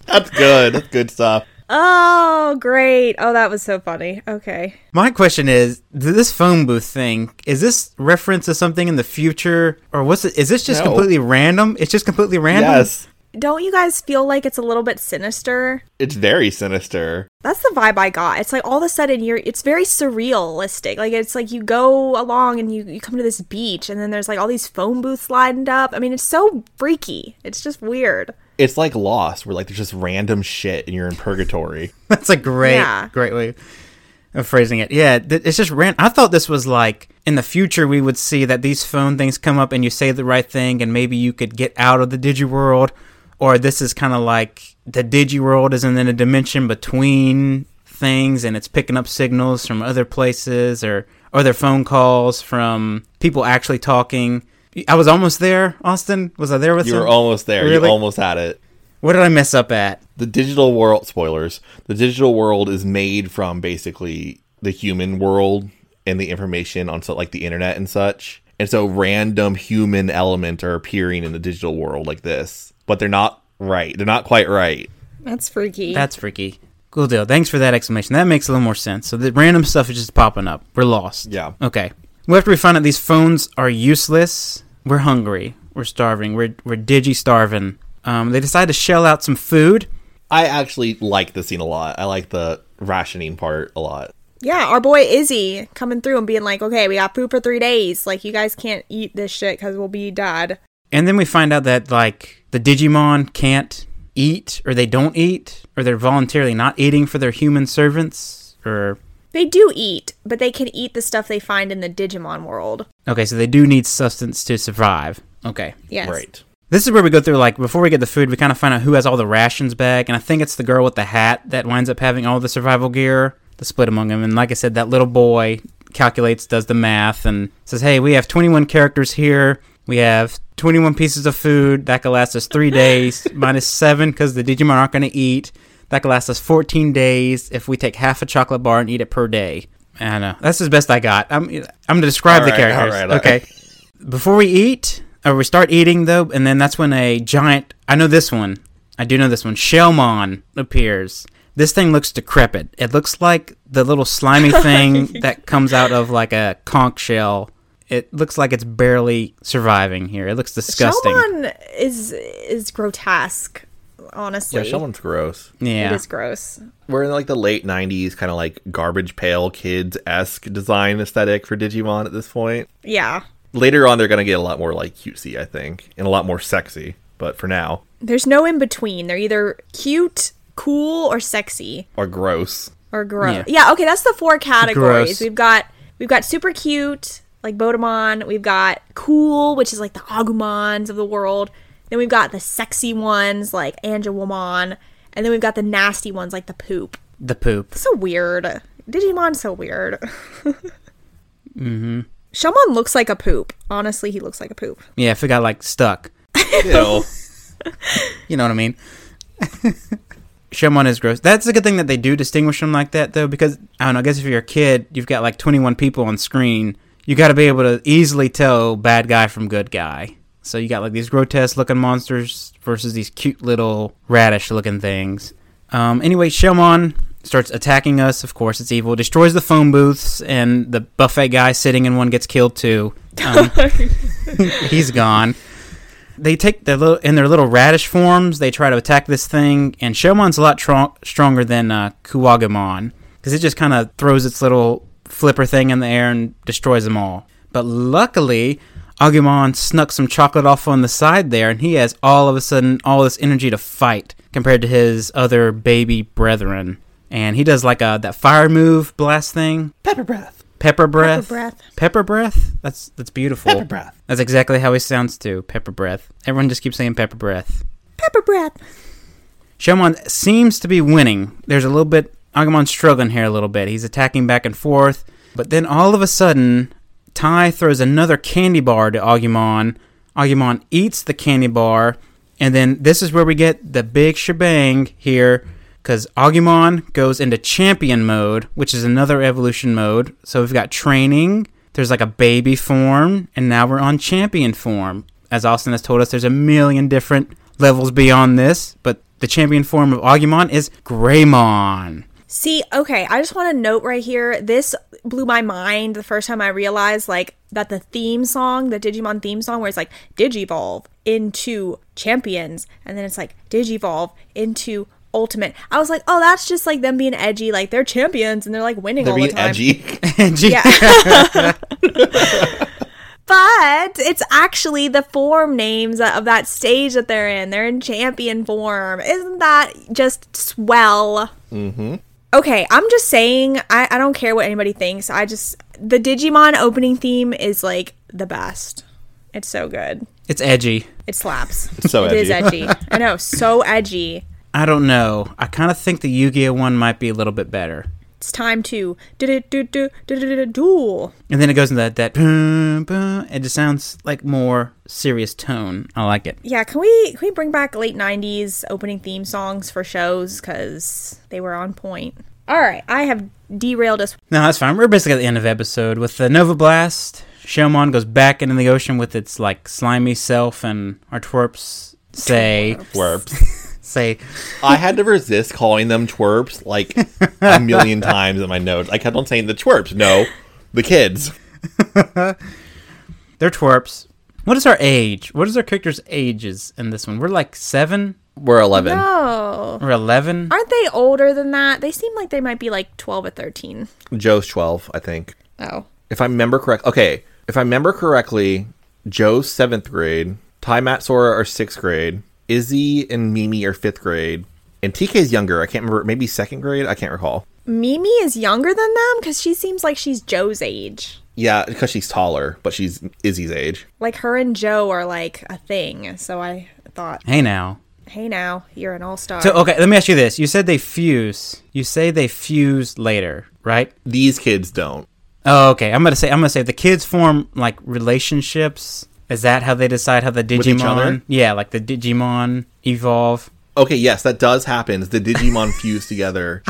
Speaker 3: That's good. That's good stuff.
Speaker 4: oh, great. Oh, that was so funny. Okay.
Speaker 2: My question is: th- This phone booth thing is this reference to something in the future, or what's it? Is this just
Speaker 3: No.
Speaker 2: completely random? It's just completely random.
Speaker 3: Yes.
Speaker 4: Don't you guys feel like it's a little bit sinister?
Speaker 3: It's very sinister.
Speaker 4: That's the vibe I got. It's like all of a sudden you're it's very surrealistic. Like it's like you go along and you, you come to this beach and then there's like all these phone booths lined up. I mean, it's so freaky. It's just weird.
Speaker 3: It's like Lost, where like there's just random shit and you're in purgatory.
Speaker 2: That's a great,
Speaker 4: Yeah.
Speaker 2: great way of phrasing it. Yeah, th- it's just ran. I thought this was like in the future we would see that these phone things come up and you say the right thing and maybe you could get out of the digi world, or this is kind of like the digi world is in a dimension between things and it's picking up signals from other places or other phone calls from people actually talking. I was almost there, Austin. Was I there with
Speaker 3: You
Speaker 2: him?
Speaker 3: were almost there.
Speaker 2: Really?
Speaker 3: You almost had it.
Speaker 2: what did I mess up at?
Speaker 3: The digital world spoilers. The digital world is made from basically the human world and the information on so like the internet and such. And so random human element are appearing in the digital world like this. But they're not right. They're not quite right.
Speaker 4: That's freaky.
Speaker 2: That's freaky. Cool deal. Thanks for that explanation. That makes a little more sense. So the random stuff is just popping up. We're lost.
Speaker 3: Yeah.
Speaker 2: Okay. We have to find out these phones are useless. We're hungry. We're starving. We're we're digi starving. Um, they decide to shell out some food.
Speaker 3: I actually like the scene a lot. I like the rationing part a lot.
Speaker 4: yeah, our boy Izzy coming through and being like, "Okay, we got food for 3 days. Like you guys can't eat this shit cuz we'll be dead."
Speaker 2: And then we find out that like the Digimon can't eat or they don't eat or they're voluntarily not eating for their human servants or
Speaker 4: They do eat, but they can eat the stuff they find in the Digimon world.
Speaker 2: okay, so they do need sustenance to survive. Okay.
Speaker 4: Yes.
Speaker 3: Right.
Speaker 2: This is where we go through like before we get the food, we kind of find out who has all the rations back, and I think it's the girl with the hat that winds up having all the survival gear. The split among them, and like I said, that little boy calculates, does the math, and says, "Hey, we have 21 characters here. We have 21 pieces of food that could last us three days, minus seven because the Digimon aren't going to eat. That could last us 14 days if we take half a chocolate bar and eat it per day." I don't know. That's as best I got. I'm I'm gonna describe
Speaker 3: All
Speaker 2: the
Speaker 3: right, all
Speaker 2: characters.
Speaker 3: right, all
Speaker 2: okay
Speaker 3: right.
Speaker 2: before we eat or we start eating though and then that's when a giant i know this one i do know this one shellmon appears this thing looks decrepit it looks like the little slimy thing that comes out of like a conch shell it looks like it's barely surviving here it looks disgusting
Speaker 4: Shelmon is is grotesque, honestly.
Speaker 3: Yeah, Sheldon's gross.
Speaker 4: It
Speaker 2: yeah
Speaker 4: is gross.
Speaker 3: We're in like the late '90s, kind of like garbage pail kids esque design aesthetic for Digimon at this point.
Speaker 4: Yeah.
Speaker 3: Later on, they're gonna get a lot more like cutesy, I think, and a lot more sexy. But for now,
Speaker 4: There's no in between. They're either cute, cool, or sexy
Speaker 3: are gross.
Speaker 4: or gross.
Speaker 2: Yeah.
Speaker 4: Yeah. okay, that's the four categories.
Speaker 2: Gross.
Speaker 4: We've got we've got super cute, like Bodemon, we've got cool, which is like the Agumons of the world. Then we've got the sexy ones like Angelwomon, and then we've got the nasty ones like the poop.
Speaker 2: the poop
Speaker 4: So weird. Digimon's so weird. mm-hmm. Shelmon looks like a poop. Honestly, he looks like a poop.
Speaker 2: yeah if it got like stuck
Speaker 3: Ew.
Speaker 2: you know what I mean. Shemon is gross. That's a good thing that they do distinguish them like that, though, because I don't know. I guess if you're a kid, you've got like 21 people on screen. You got to be able to easily tell bad guy from good guy. So you got like these grotesque looking monsters versus these cute little radish looking things. Um, anyway, Shelmon starts attacking us. Of course, it's evil. Destroys the phone booths, and the buffet guy sitting in one gets killed too. Um, he's gone. They take their little in their little radish forms. They try to attack this thing, and Shomon's a lot tro- stronger than uh, Kuwagamon because it just kind of throws its little flipper thing in the air and destroys them all. But luckily, Agumon snuck some chocolate off on the side there, and he has all of a sudden all this energy to fight compared to his other baby brethren. And he does like a that fire move blast thing,
Speaker 3: Pepper breath.
Speaker 2: Pepper breath.
Speaker 4: breath.
Speaker 2: Pepper breath. That's that's beautiful.
Speaker 3: Pepper breath.
Speaker 2: That's exactly how he sounds too. Pepper breath. Everyone just keeps saying pepper breath.
Speaker 4: Pepper breath.
Speaker 2: Shomon seems to be winning. There's a little bit Agumon's struggling here a little bit. He's attacking back and forth, but then all of a sudden, Tai throws another candy bar to Agumon. Agumon eats the candy bar, and then this is where we get the big shebang here because Agumon goes into champion mode, which is another evolution mode. So we've got training, there's like a baby form, and now we're on champion form. As Austin has told us, there's a million different levels beyond this, but the champion form of Agumon is Greymon.
Speaker 4: See, okay, I just want to note right here. This blew my mind the first time I realized like that the theme song, the Digimon theme song, where it's like Digivolve into Champions, and then it's like Digivolve into Ultimate. I was like, oh, that's just like them being edgy, like they're champions and they're like winning
Speaker 3: They're
Speaker 4: all the
Speaker 3: being
Speaker 4: time.
Speaker 3: edgy.
Speaker 2: Gee,
Speaker 4: But it's actually the form names of that stage that they're in. They're in champion form. Isn't that just swell? Mm-hmm. Okay, I'm just saying, I, I don't care what anybody thinks. I just, the Digimon opening theme is like the best. It's so good.
Speaker 2: It's edgy.
Speaker 4: It slaps.
Speaker 3: so
Speaker 4: It is
Speaker 3: edgy.
Speaker 4: edgy. I know, so edgy.
Speaker 2: I don't know. I kind of think the Yu-Gi-Oh one might be a little bit better.
Speaker 4: It's time to do do do do duel.
Speaker 2: And then it goes into that, that boom, boom. It just sounds like more serious tone. I like it.
Speaker 4: Yeah, can we can we bring back late '90s opening theme songs for shows because they were on point. All right, I have derailed us.
Speaker 2: No, that's fine. We're basically at the end of episode with the Nova Blast. Shomon goes back into the ocean with its like slimy self, and our twerps say
Speaker 3: Twerps.
Speaker 2: say
Speaker 3: I had to resist calling them twerps like a million times in my notes. I kept on saying the twerps. No, the kids.
Speaker 2: they're twerps. What is our age? What is our characters' ages in this one? We're like seven
Speaker 3: We're 11.
Speaker 4: Oh,
Speaker 2: or eleven.
Speaker 4: aren't they older than that? They seem like they might be like 12 or 13.
Speaker 3: Joe's 12, I think.
Speaker 4: Oh,
Speaker 3: If I remember correct. Okay. If I remember correctly, Joe's seventh grade, Ty Matsora are sixth grade, Izzy and Mimi are fifth grade, and TK's younger. I can't remember. Maybe second grade? I can't recall.
Speaker 4: Mimi is younger than them because she seems like she's Joe's age.
Speaker 3: Yeah, because she's taller, but she's Izzy's age.
Speaker 4: Like her and Joe are like a thing. So I thought,
Speaker 2: Hey now.
Speaker 4: hey, now you're an all star.
Speaker 2: So okay, let me ask you this. You said they fuse. You say they fuse later, right?
Speaker 3: These kids don't.
Speaker 2: Oh, okay. I'm gonna say I'm gonna say the kids form like relationships. Is that how they decide how the Digimon?
Speaker 3: each other?
Speaker 2: Yeah, like the Digimon evolve.
Speaker 3: Okay, yes, that does happen. The Digimon fuse together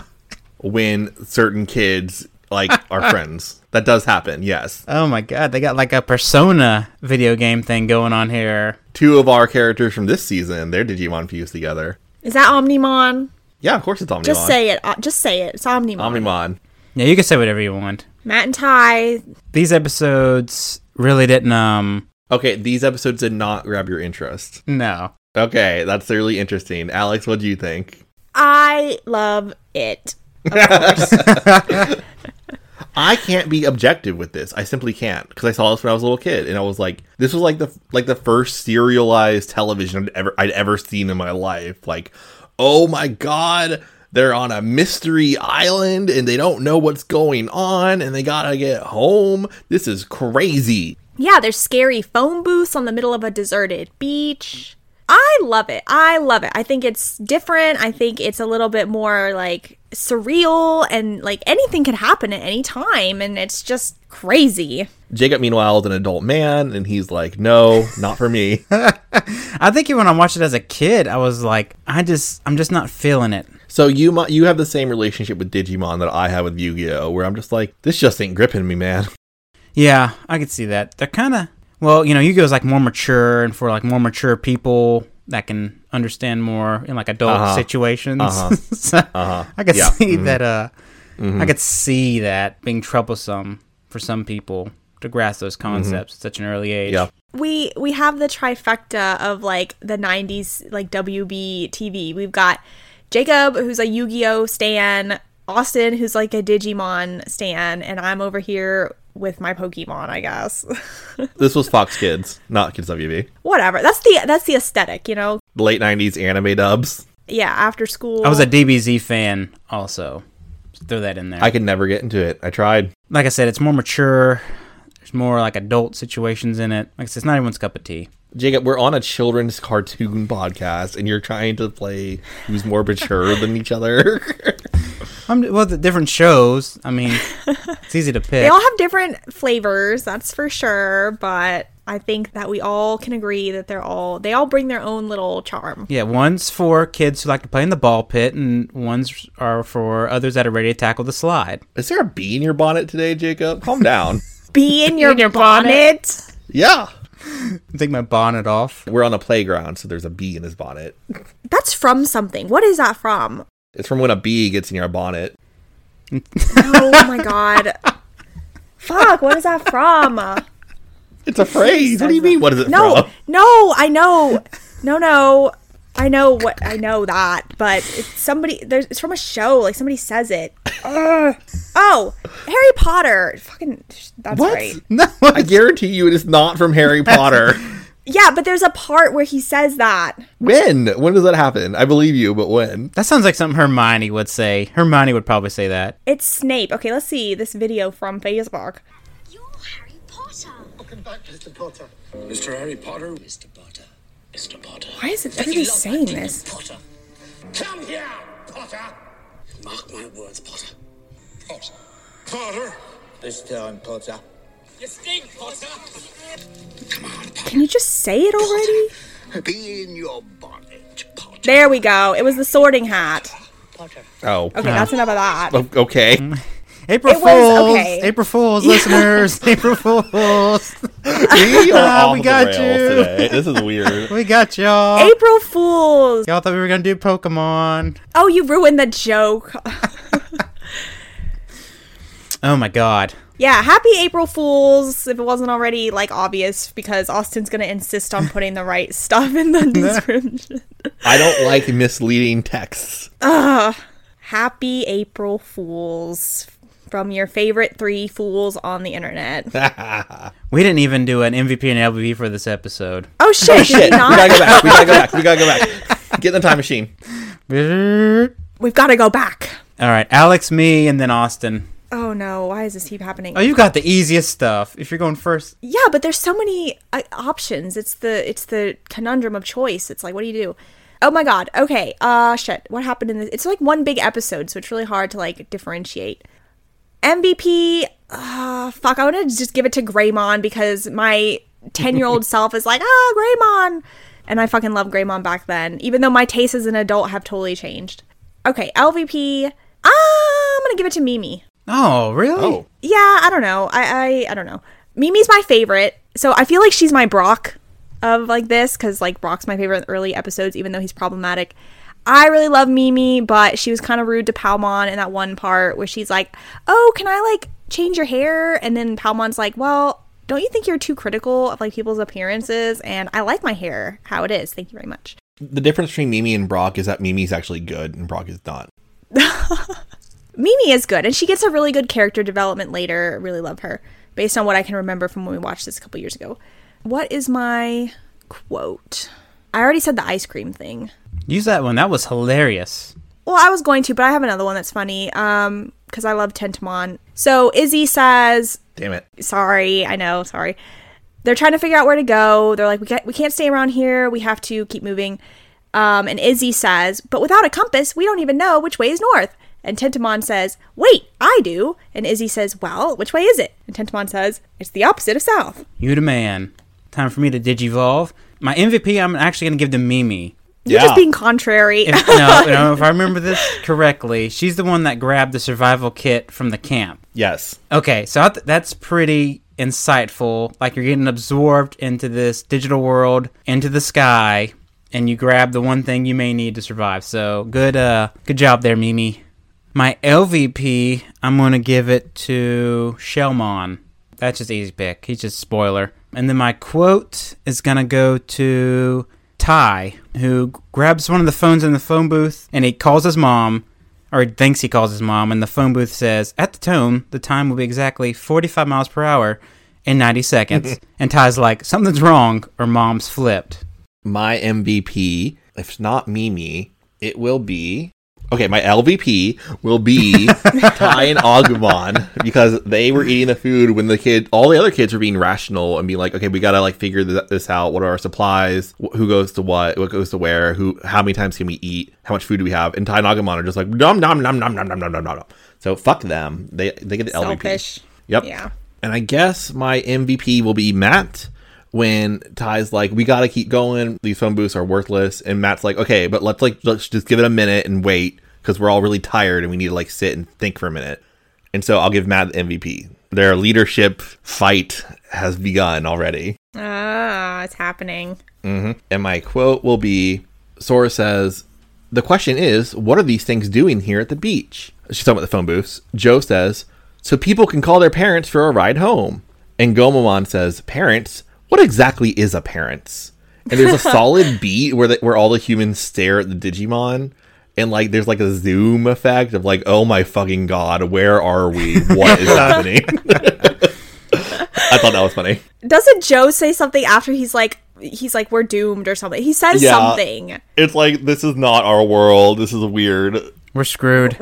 Speaker 3: when certain kids like are friends. That does happen. Yes,
Speaker 2: Oh my god, they got like a persona video game thing going on here.
Speaker 3: two of our characters from this season, their Digimon fuse together.
Speaker 4: is that Omnimon?
Speaker 3: Yeah, of course it's Omnimon.
Speaker 4: Just say it. Uh, just say it. It's Omnimon.
Speaker 3: Omnimon.
Speaker 2: Yeah, you can say whatever you want.
Speaker 4: Matt and Ty.
Speaker 2: These episodes really didn't um
Speaker 3: Okay, these episodes did not grab your interest.
Speaker 2: no.
Speaker 3: Okay, that's really interesting. Alex, what do you think?
Speaker 4: I love it.
Speaker 3: I can't be objective with this. I simply can't because I saw this when I was a little kid, and I was like, "This was like the like the first serialized television I'd ever I'd ever seen in my life." Like, oh my god, they're on a mystery island and they don't know what's going on, and they gotta get home. This is crazy.
Speaker 4: Yeah, there's scary phone booths on the middle of a deserted beach. I love it. I love it. I think it's different. I think it's a little bit more like surreal and like anything could happen at any time and it's just crazy.
Speaker 3: Jacob, meanwhile, is an adult man, and he's like, "No, not for me."
Speaker 2: I think even when I watched it as a kid, I was like, I just I'm just not feeling it.
Speaker 3: so you mu- you have the same relationship with Digimon that I have with Yu Gi Oh, where I'm just like, "This just ain't gripping me, man."
Speaker 2: Yeah, I could see that. They're kind of well, you know, Yu-Gi-Oh's like more mature and for like more mature people. that can understand more in like adult situations.
Speaker 3: Uh-huh.
Speaker 2: So I could
Speaker 3: Yeah. Mm-hmm.
Speaker 2: see that. Uh, I could see that being troublesome for some people to grasp those concepts at such an early age.
Speaker 3: Mm-hmm. Yeah.
Speaker 4: we we have the trifecta of like the 90s like WB TV. We've got Jacob who's a Yu-Gi-Oh stan, Austin who's like a Digimon stan, and I'm over here with my Pokemon, I guess.
Speaker 3: This was Fox Kids, not Kids WB.
Speaker 4: Whatever. That's the that's the aesthetic, you know.
Speaker 3: Late '90s anime dubs.
Speaker 4: Yeah, after school.
Speaker 2: I was a DBZ fan also. Just throw that in there.
Speaker 3: I could never get into it. I tried.
Speaker 2: like I said, it's more mature. There's more like adult situations in it. Like I said, it's not everyone's cup of tea.
Speaker 3: Jacob, we're on a children's cartoon podcast, and you're trying to play who's more mature than each other.
Speaker 2: I'm, well, the different shows. I mean, it's easy to pick.
Speaker 4: They all have different flavors, that's for sure, but I think that we all can agree that they're all they all bring their own little charm.
Speaker 2: Yeah, one's for kids who like to play in the ball pit, and ones are for others that are ready to tackle the slide.
Speaker 3: Is there a bee in your bonnet today, Jacob? Calm down.
Speaker 4: Be in your, bonnet.
Speaker 3: yeah.
Speaker 2: Take my bonnet off.
Speaker 3: We're on a playground, so there's a bee in his bonnet.
Speaker 4: That's from something. What is that from?
Speaker 3: It's from when a bee gets in your bonnet.
Speaker 4: Oh my god. Fuck, what is that from?
Speaker 3: It's a phrase. What do you mean? What is it
Speaker 4: No,
Speaker 3: from?
Speaker 4: no, I know. No, no. I know what I know that, but it's somebody there's it's from a show, like somebody says it. Ugh. oh, Harry Potter. Fucking that's
Speaker 3: What?
Speaker 4: right.
Speaker 2: No,
Speaker 3: I guarantee you it is not from Harry Potter.
Speaker 4: Yeah, but there's a part where he says that.
Speaker 3: when? When does that happen? I believe you, but when?
Speaker 2: that sounds like something Hermione would say. Hermione would probably say that.
Speaker 4: It's Snape. Okay, let's see this video from Facebook.
Speaker 6: You're Harry Potter.
Speaker 7: Welcome back, Mr. Potter.
Speaker 5: Mr. Harry Potter.
Speaker 7: Mr. Potter. Mr. Potter.
Speaker 4: Why is everybody saying this?
Speaker 7: Potter. Come here, Potter. Mark my words, Potter. Potter. Potter. This time, Potter. You stink, Potter. Come on, Potter.
Speaker 4: Can you just say it already?
Speaker 7: Be in your bonnet, Potter.
Speaker 4: There we go. It was the sorting hat.
Speaker 7: Potter.
Speaker 3: Oh.
Speaker 4: Okay, that's enough of that.
Speaker 3: O- okay.
Speaker 2: Mm. April
Speaker 4: It was-
Speaker 2: Fools.
Speaker 4: okay.
Speaker 2: April Fools, listeners. April Fools.
Speaker 3: We are
Speaker 2: Ah,
Speaker 3: off
Speaker 2: we
Speaker 3: the
Speaker 2: got
Speaker 3: rails
Speaker 2: you.
Speaker 3: today. This is weird.
Speaker 2: We got y'all.
Speaker 4: April Fools.
Speaker 2: Y'all thought we were gonna do Pokemon.
Speaker 4: Oh, you ruined the joke.
Speaker 2: Oh my god.
Speaker 4: yeah, happy April Fools if it wasn't already like obvious because Austin's going to insist on putting the right stuff in the description.
Speaker 3: I don't like misleading texts.
Speaker 4: happy April Fools from your favorite 3 fools on the internet.
Speaker 2: We didn't even do an MVP and LVP for this episode.
Speaker 4: Oh shit, did we
Speaker 3: Shit. We gotta
Speaker 4: not?
Speaker 3: go back. We gotta go back. We gotta go back. Get in the time machine.
Speaker 2: All
Speaker 4: We've got to go back.
Speaker 2: right, Alex, me, and then Austin.
Speaker 4: Oh no, why is this keep happening?
Speaker 2: Oh, you got the easiest stuff. If you're going first,
Speaker 4: Yeah, but there's so many uh, options. It's the it's the conundrum of choice. It's like, what do you do? Oh my god. Okay. Uh, shit. What happened in this? It's like one big episode, so it's really hard to like differentiate. MVP. Uh, fuck. I want to just give it to Greymon because my ten year old self is like, ah, Greymon, and I fucking love Greymon back then. Even though my tastes as an adult have totally changed. Okay. LVP. uh, I'm gonna give it to Mimi.
Speaker 2: Oh, really?
Speaker 3: Oh.
Speaker 4: Yeah, I don't know. I I, I don't know. Mimi's my favorite, so I feel like she's my Brock of like this because like Brock's my favorite in the early episodes, even though he's problematic. I really love Mimi, but she was kind of rude to Palmon in that one part where she's like, "Oh, can I like change your hair?" And then Palmon's like, "Well." Don't you think you're too critical of like people's appearances? And I like my hair how it is. Thank you very much.
Speaker 3: The difference between Mimi and Brock is that Mimi's actually good and Brock is not.
Speaker 4: Mimi is good, and she gets a really good character development later. I Really love her, based on what I can remember from when we watched this a couple years ago. What is my quote? I already said the ice cream thing.
Speaker 2: Use that one. That was hilarious.
Speaker 4: Well, I was going to, but I have another one that's funny. Um, because I love Tentamon. So Izzy says,
Speaker 3: Damn it.
Speaker 4: "Sorry, I know, sorry." They're trying to figure out where to go. They're like, "We can't, we can't stay around here. We have to keep moving." Um, and Izzy says, "But without a compass, we don't even know which way is north." And Tentamon says, "Wait, I do." And Izzy says, "Well, which way is it?" And Tentamon says, "It's the opposite of south."
Speaker 2: You the man. Time for me to digivolve. My MVP, I'm actually going to give to Mimi.
Speaker 4: You're just being contrary.
Speaker 2: If, no, no, if I remember this correctly, she's the one that grabbed the survival kit from the camp.
Speaker 3: yes.
Speaker 2: Okay, so I th- that's pretty insightful. Like you're getting absorbed into this digital world, into the sky, and you grab the one thing you may need to survive. So good, uh, good job there, Mimi. My LVP, I'm gonna give it to Shelmon. That's just easy pick. He's just spoiler. And then my quote is gonna go to Ty, who grabs one of the phones in the phone booth and he calls his mom, or he thinks he calls his mom, and the phone booth says, "At the tone, the time will be exactly 45 miles per hour." In 90 seconds. and Ty's like, something's wrong, or mom's flipped.
Speaker 3: my MVP, if it's not Mimi, it will be. Okay, my LVP will be Ty and Agumon because they were eating the food when the kid, all the other kids were being rational and being like, okay, we gotta like figure th- this out. What are our supplies? Wh- who goes to what? What goes to where? Who? How many times can we eat? How much food do we have? And Ty and Agumon are just like nom nom nom nom nom nom nom nom nom. So fuck them. They they get the
Speaker 4: Selfish.
Speaker 3: LVP. Yep.
Speaker 4: Yeah.
Speaker 3: And I guess my MVP will be Matt when Ty's like, we got to keep going. These phone booths are worthless. And Matt's like, okay, but let's like, let's just give it a minute and wait because we're all really tired and we need to like sit and think for a minute. And so I'll give Matt the MVP. Their leadership fight has begun already.
Speaker 4: Ah, it's happening.
Speaker 3: And my quote will be Sora says, The question is, what are these things doing here at the beach? She's talking about the phone booths. Joe says, So people can call their parents for a ride home. And Gomamon says, Parents? What exactly is a parents? And there's a solid beat where the, where all the humans stare at the Digimon. And like there's like a zoom effect of like, oh my fucking god, where are we? What is happening? I thought that was funny.
Speaker 4: Doesn't Joe say something after he's like he's like we're doomed or something? He says
Speaker 3: Yeah.
Speaker 4: something.
Speaker 3: It's like this is not our world. This is weird.
Speaker 2: We're screwed.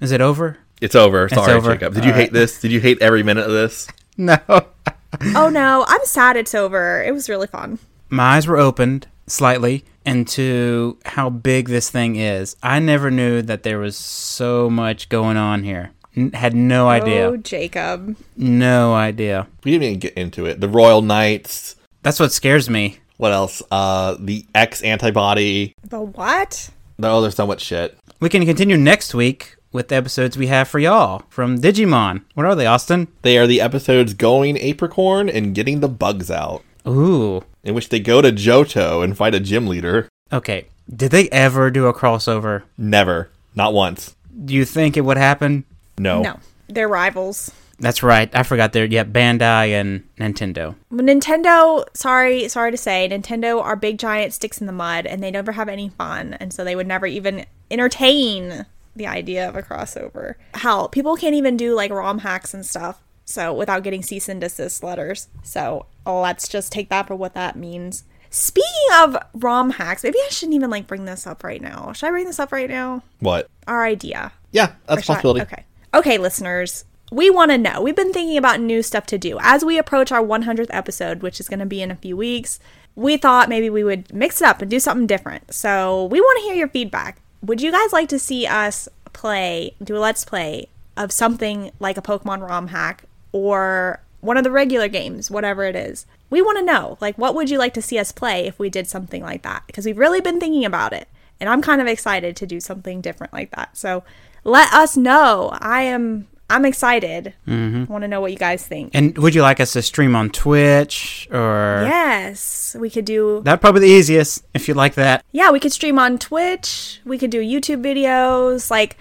Speaker 2: Is it over?
Speaker 3: It's over. Sorry,
Speaker 2: over.
Speaker 3: Jacob. Did you hate this? Did you hate every minute of this?
Speaker 2: No.
Speaker 4: Oh no, I'm sad it's over. It was really fun.
Speaker 2: My eyes were opened slightly into how big this thing is. I never knew that there was so much going on here. N- had no
Speaker 4: Oh,
Speaker 2: idea.
Speaker 4: Jacob.
Speaker 2: No idea.
Speaker 3: We didn't even get into it. The Royal Knights.
Speaker 2: That's what scares me.
Speaker 3: What else? Uh, the X antibody.
Speaker 4: The what?
Speaker 3: Oh, there's so much shit.
Speaker 2: We can continue next week with the episodes we have for y'all from Digimon. What are they, Austin?
Speaker 3: They are the episodes going apricorn and getting the bugs out,
Speaker 2: Ooh.
Speaker 3: in which they go to Johto and fight a gym leader.
Speaker 2: Okay. Did they ever do a crossover?
Speaker 3: Never, not once.
Speaker 2: Do you think it would happen?
Speaker 3: No.
Speaker 4: No, they're rivals.
Speaker 2: That's right. I forgot there. Yeah, Bandai and Nintendo.
Speaker 4: Nintendo, sorry, sorry to say, Nintendo are big giant sticks in the mud and they never have any fun. And so they would never even entertain the idea of a crossover. Hell, people can't even do like ROM hacks and stuff. So without getting cease and desist letters. So let's just take that for what that means. Speaking of ROM hacks, maybe I shouldn't even like bring this up right now. Should I bring this up right now?
Speaker 3: What?
Speaker 4: Our idea.
Speaker 3: Yeah, that's a
Speaker 4: Shot-
Speaker 3: possibility.
Speaker 4: Okay. Okay, listeners. We want to know. We've been thinking about new stuff to do. As we approach our 100th episode, which is going to be in a few weeks, we thought maybe we would mix it up and do something different. So we want to hear your feedback. Would you guys like to see us play, do a let's play of something like a Pokemon ROM hack or one of the regular games, whatever it is? We want to know. Like, what would you like to see us play if we did something like that? Because we've really been thinking about it. And I'm kind of excited to do something different like that. So let us know. I am I'm excited. I want to know what you guys think.
Speaker 2: And would you like us to stream on Twitch or
Speaker 4: yes, we could do
Speaker 2: That'd probably be the easiest if you like that.
Speaker 4: Yeah, we could stream on Twitch. We could do YouTube videos. Like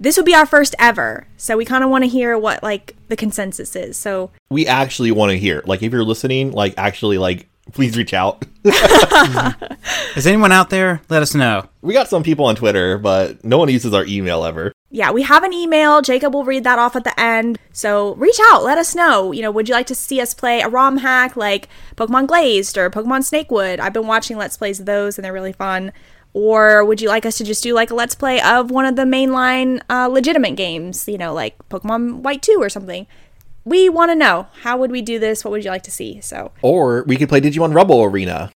Speaker 4: this would be our first ever. So we kind of want to hear what like the consensus is. So
Speaker 3: We actually want to hear. Like, if you're listening, like, actually, like, please reach out.
Speaker 2: Is anyone out there? Let us know.
Speaker 3: we got some people on Twitter, but no one uses our email ever.
Speaker 4: yeah, we have an email. Jacob will read that off at the end. So reach out, let us know. You know, would you like to see us play a ROM hack like Pokemon Glazed or Pokemon Snakewood? I've been watching Let's Plays of those and they're really fun. Or would you like us to just do like a Let's Play of one of the mainline uh, legitimate games, you know, like Pokemon White 2 or something? We want to know how would we do this? What would you like to see? So,
Speaker 3: Or we could play Digimon Rumble Arena.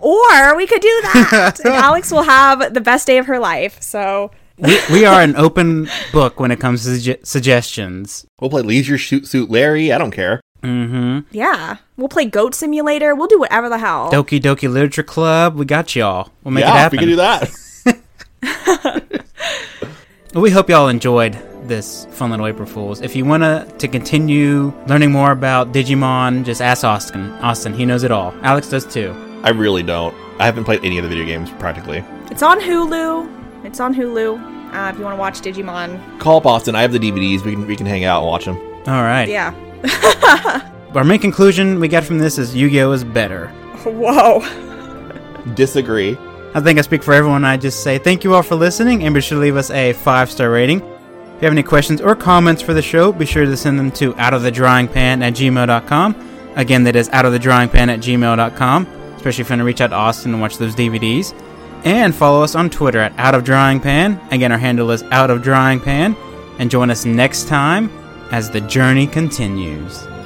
Speaker 4: or we could do that. and Alex will have the best day of her life. So,
Speaker 2: We, we are an open book when it comes to suge- suggestions.
Speaker 3: We'll play Leisure Shoot Suit Larry. I don't care.
Speaker 4: yeah, we'll play Goat Simulator. We'll do whatever the hell.
Speaker 2: Doki Doki Literature Club, we got y'all. We'll make it
Speaker 3: yeah, we
Speaker 2: happen.
Speaker 3: can do that.
Speaker 2: We hope y'all enjoyed this fun little April Fools. If you want to to continue learning more about Digimon, just ask Austin. Austin, he knows it all. Alex does too.
Speaker 3: I really don't. I haven't played any of the video games practically.
Speaker 4: It's on Hulu. It's on Hulu. Uh, if you want to watch Digimon,
Speaker 3: Call up Austin. I have the DVDs. We can we can hang out and watch them.
Speaker 2: All right.
Speaker 4: yeah.
Speaker 2: Our main conclusion we got from this is Yu-Gi-Oh is better.
Speaker 4: Whoa.
Speaker 3: Disagree.
Speaker 2: I think I speak for everyone. I just say thank you all for listening and be sure to leave us a five star rating. If you have any questions or comments for the show, be sure to send them to out of the drawing pan at gmail.com. Again, that is out of the drawing pan at gmail.com, especially if you want to reach out to Austin and watch those DVDs. And follow us on Twitter at out of drawing pan. Again, our handle is out of drawing pan. And join us next time as the journey continues.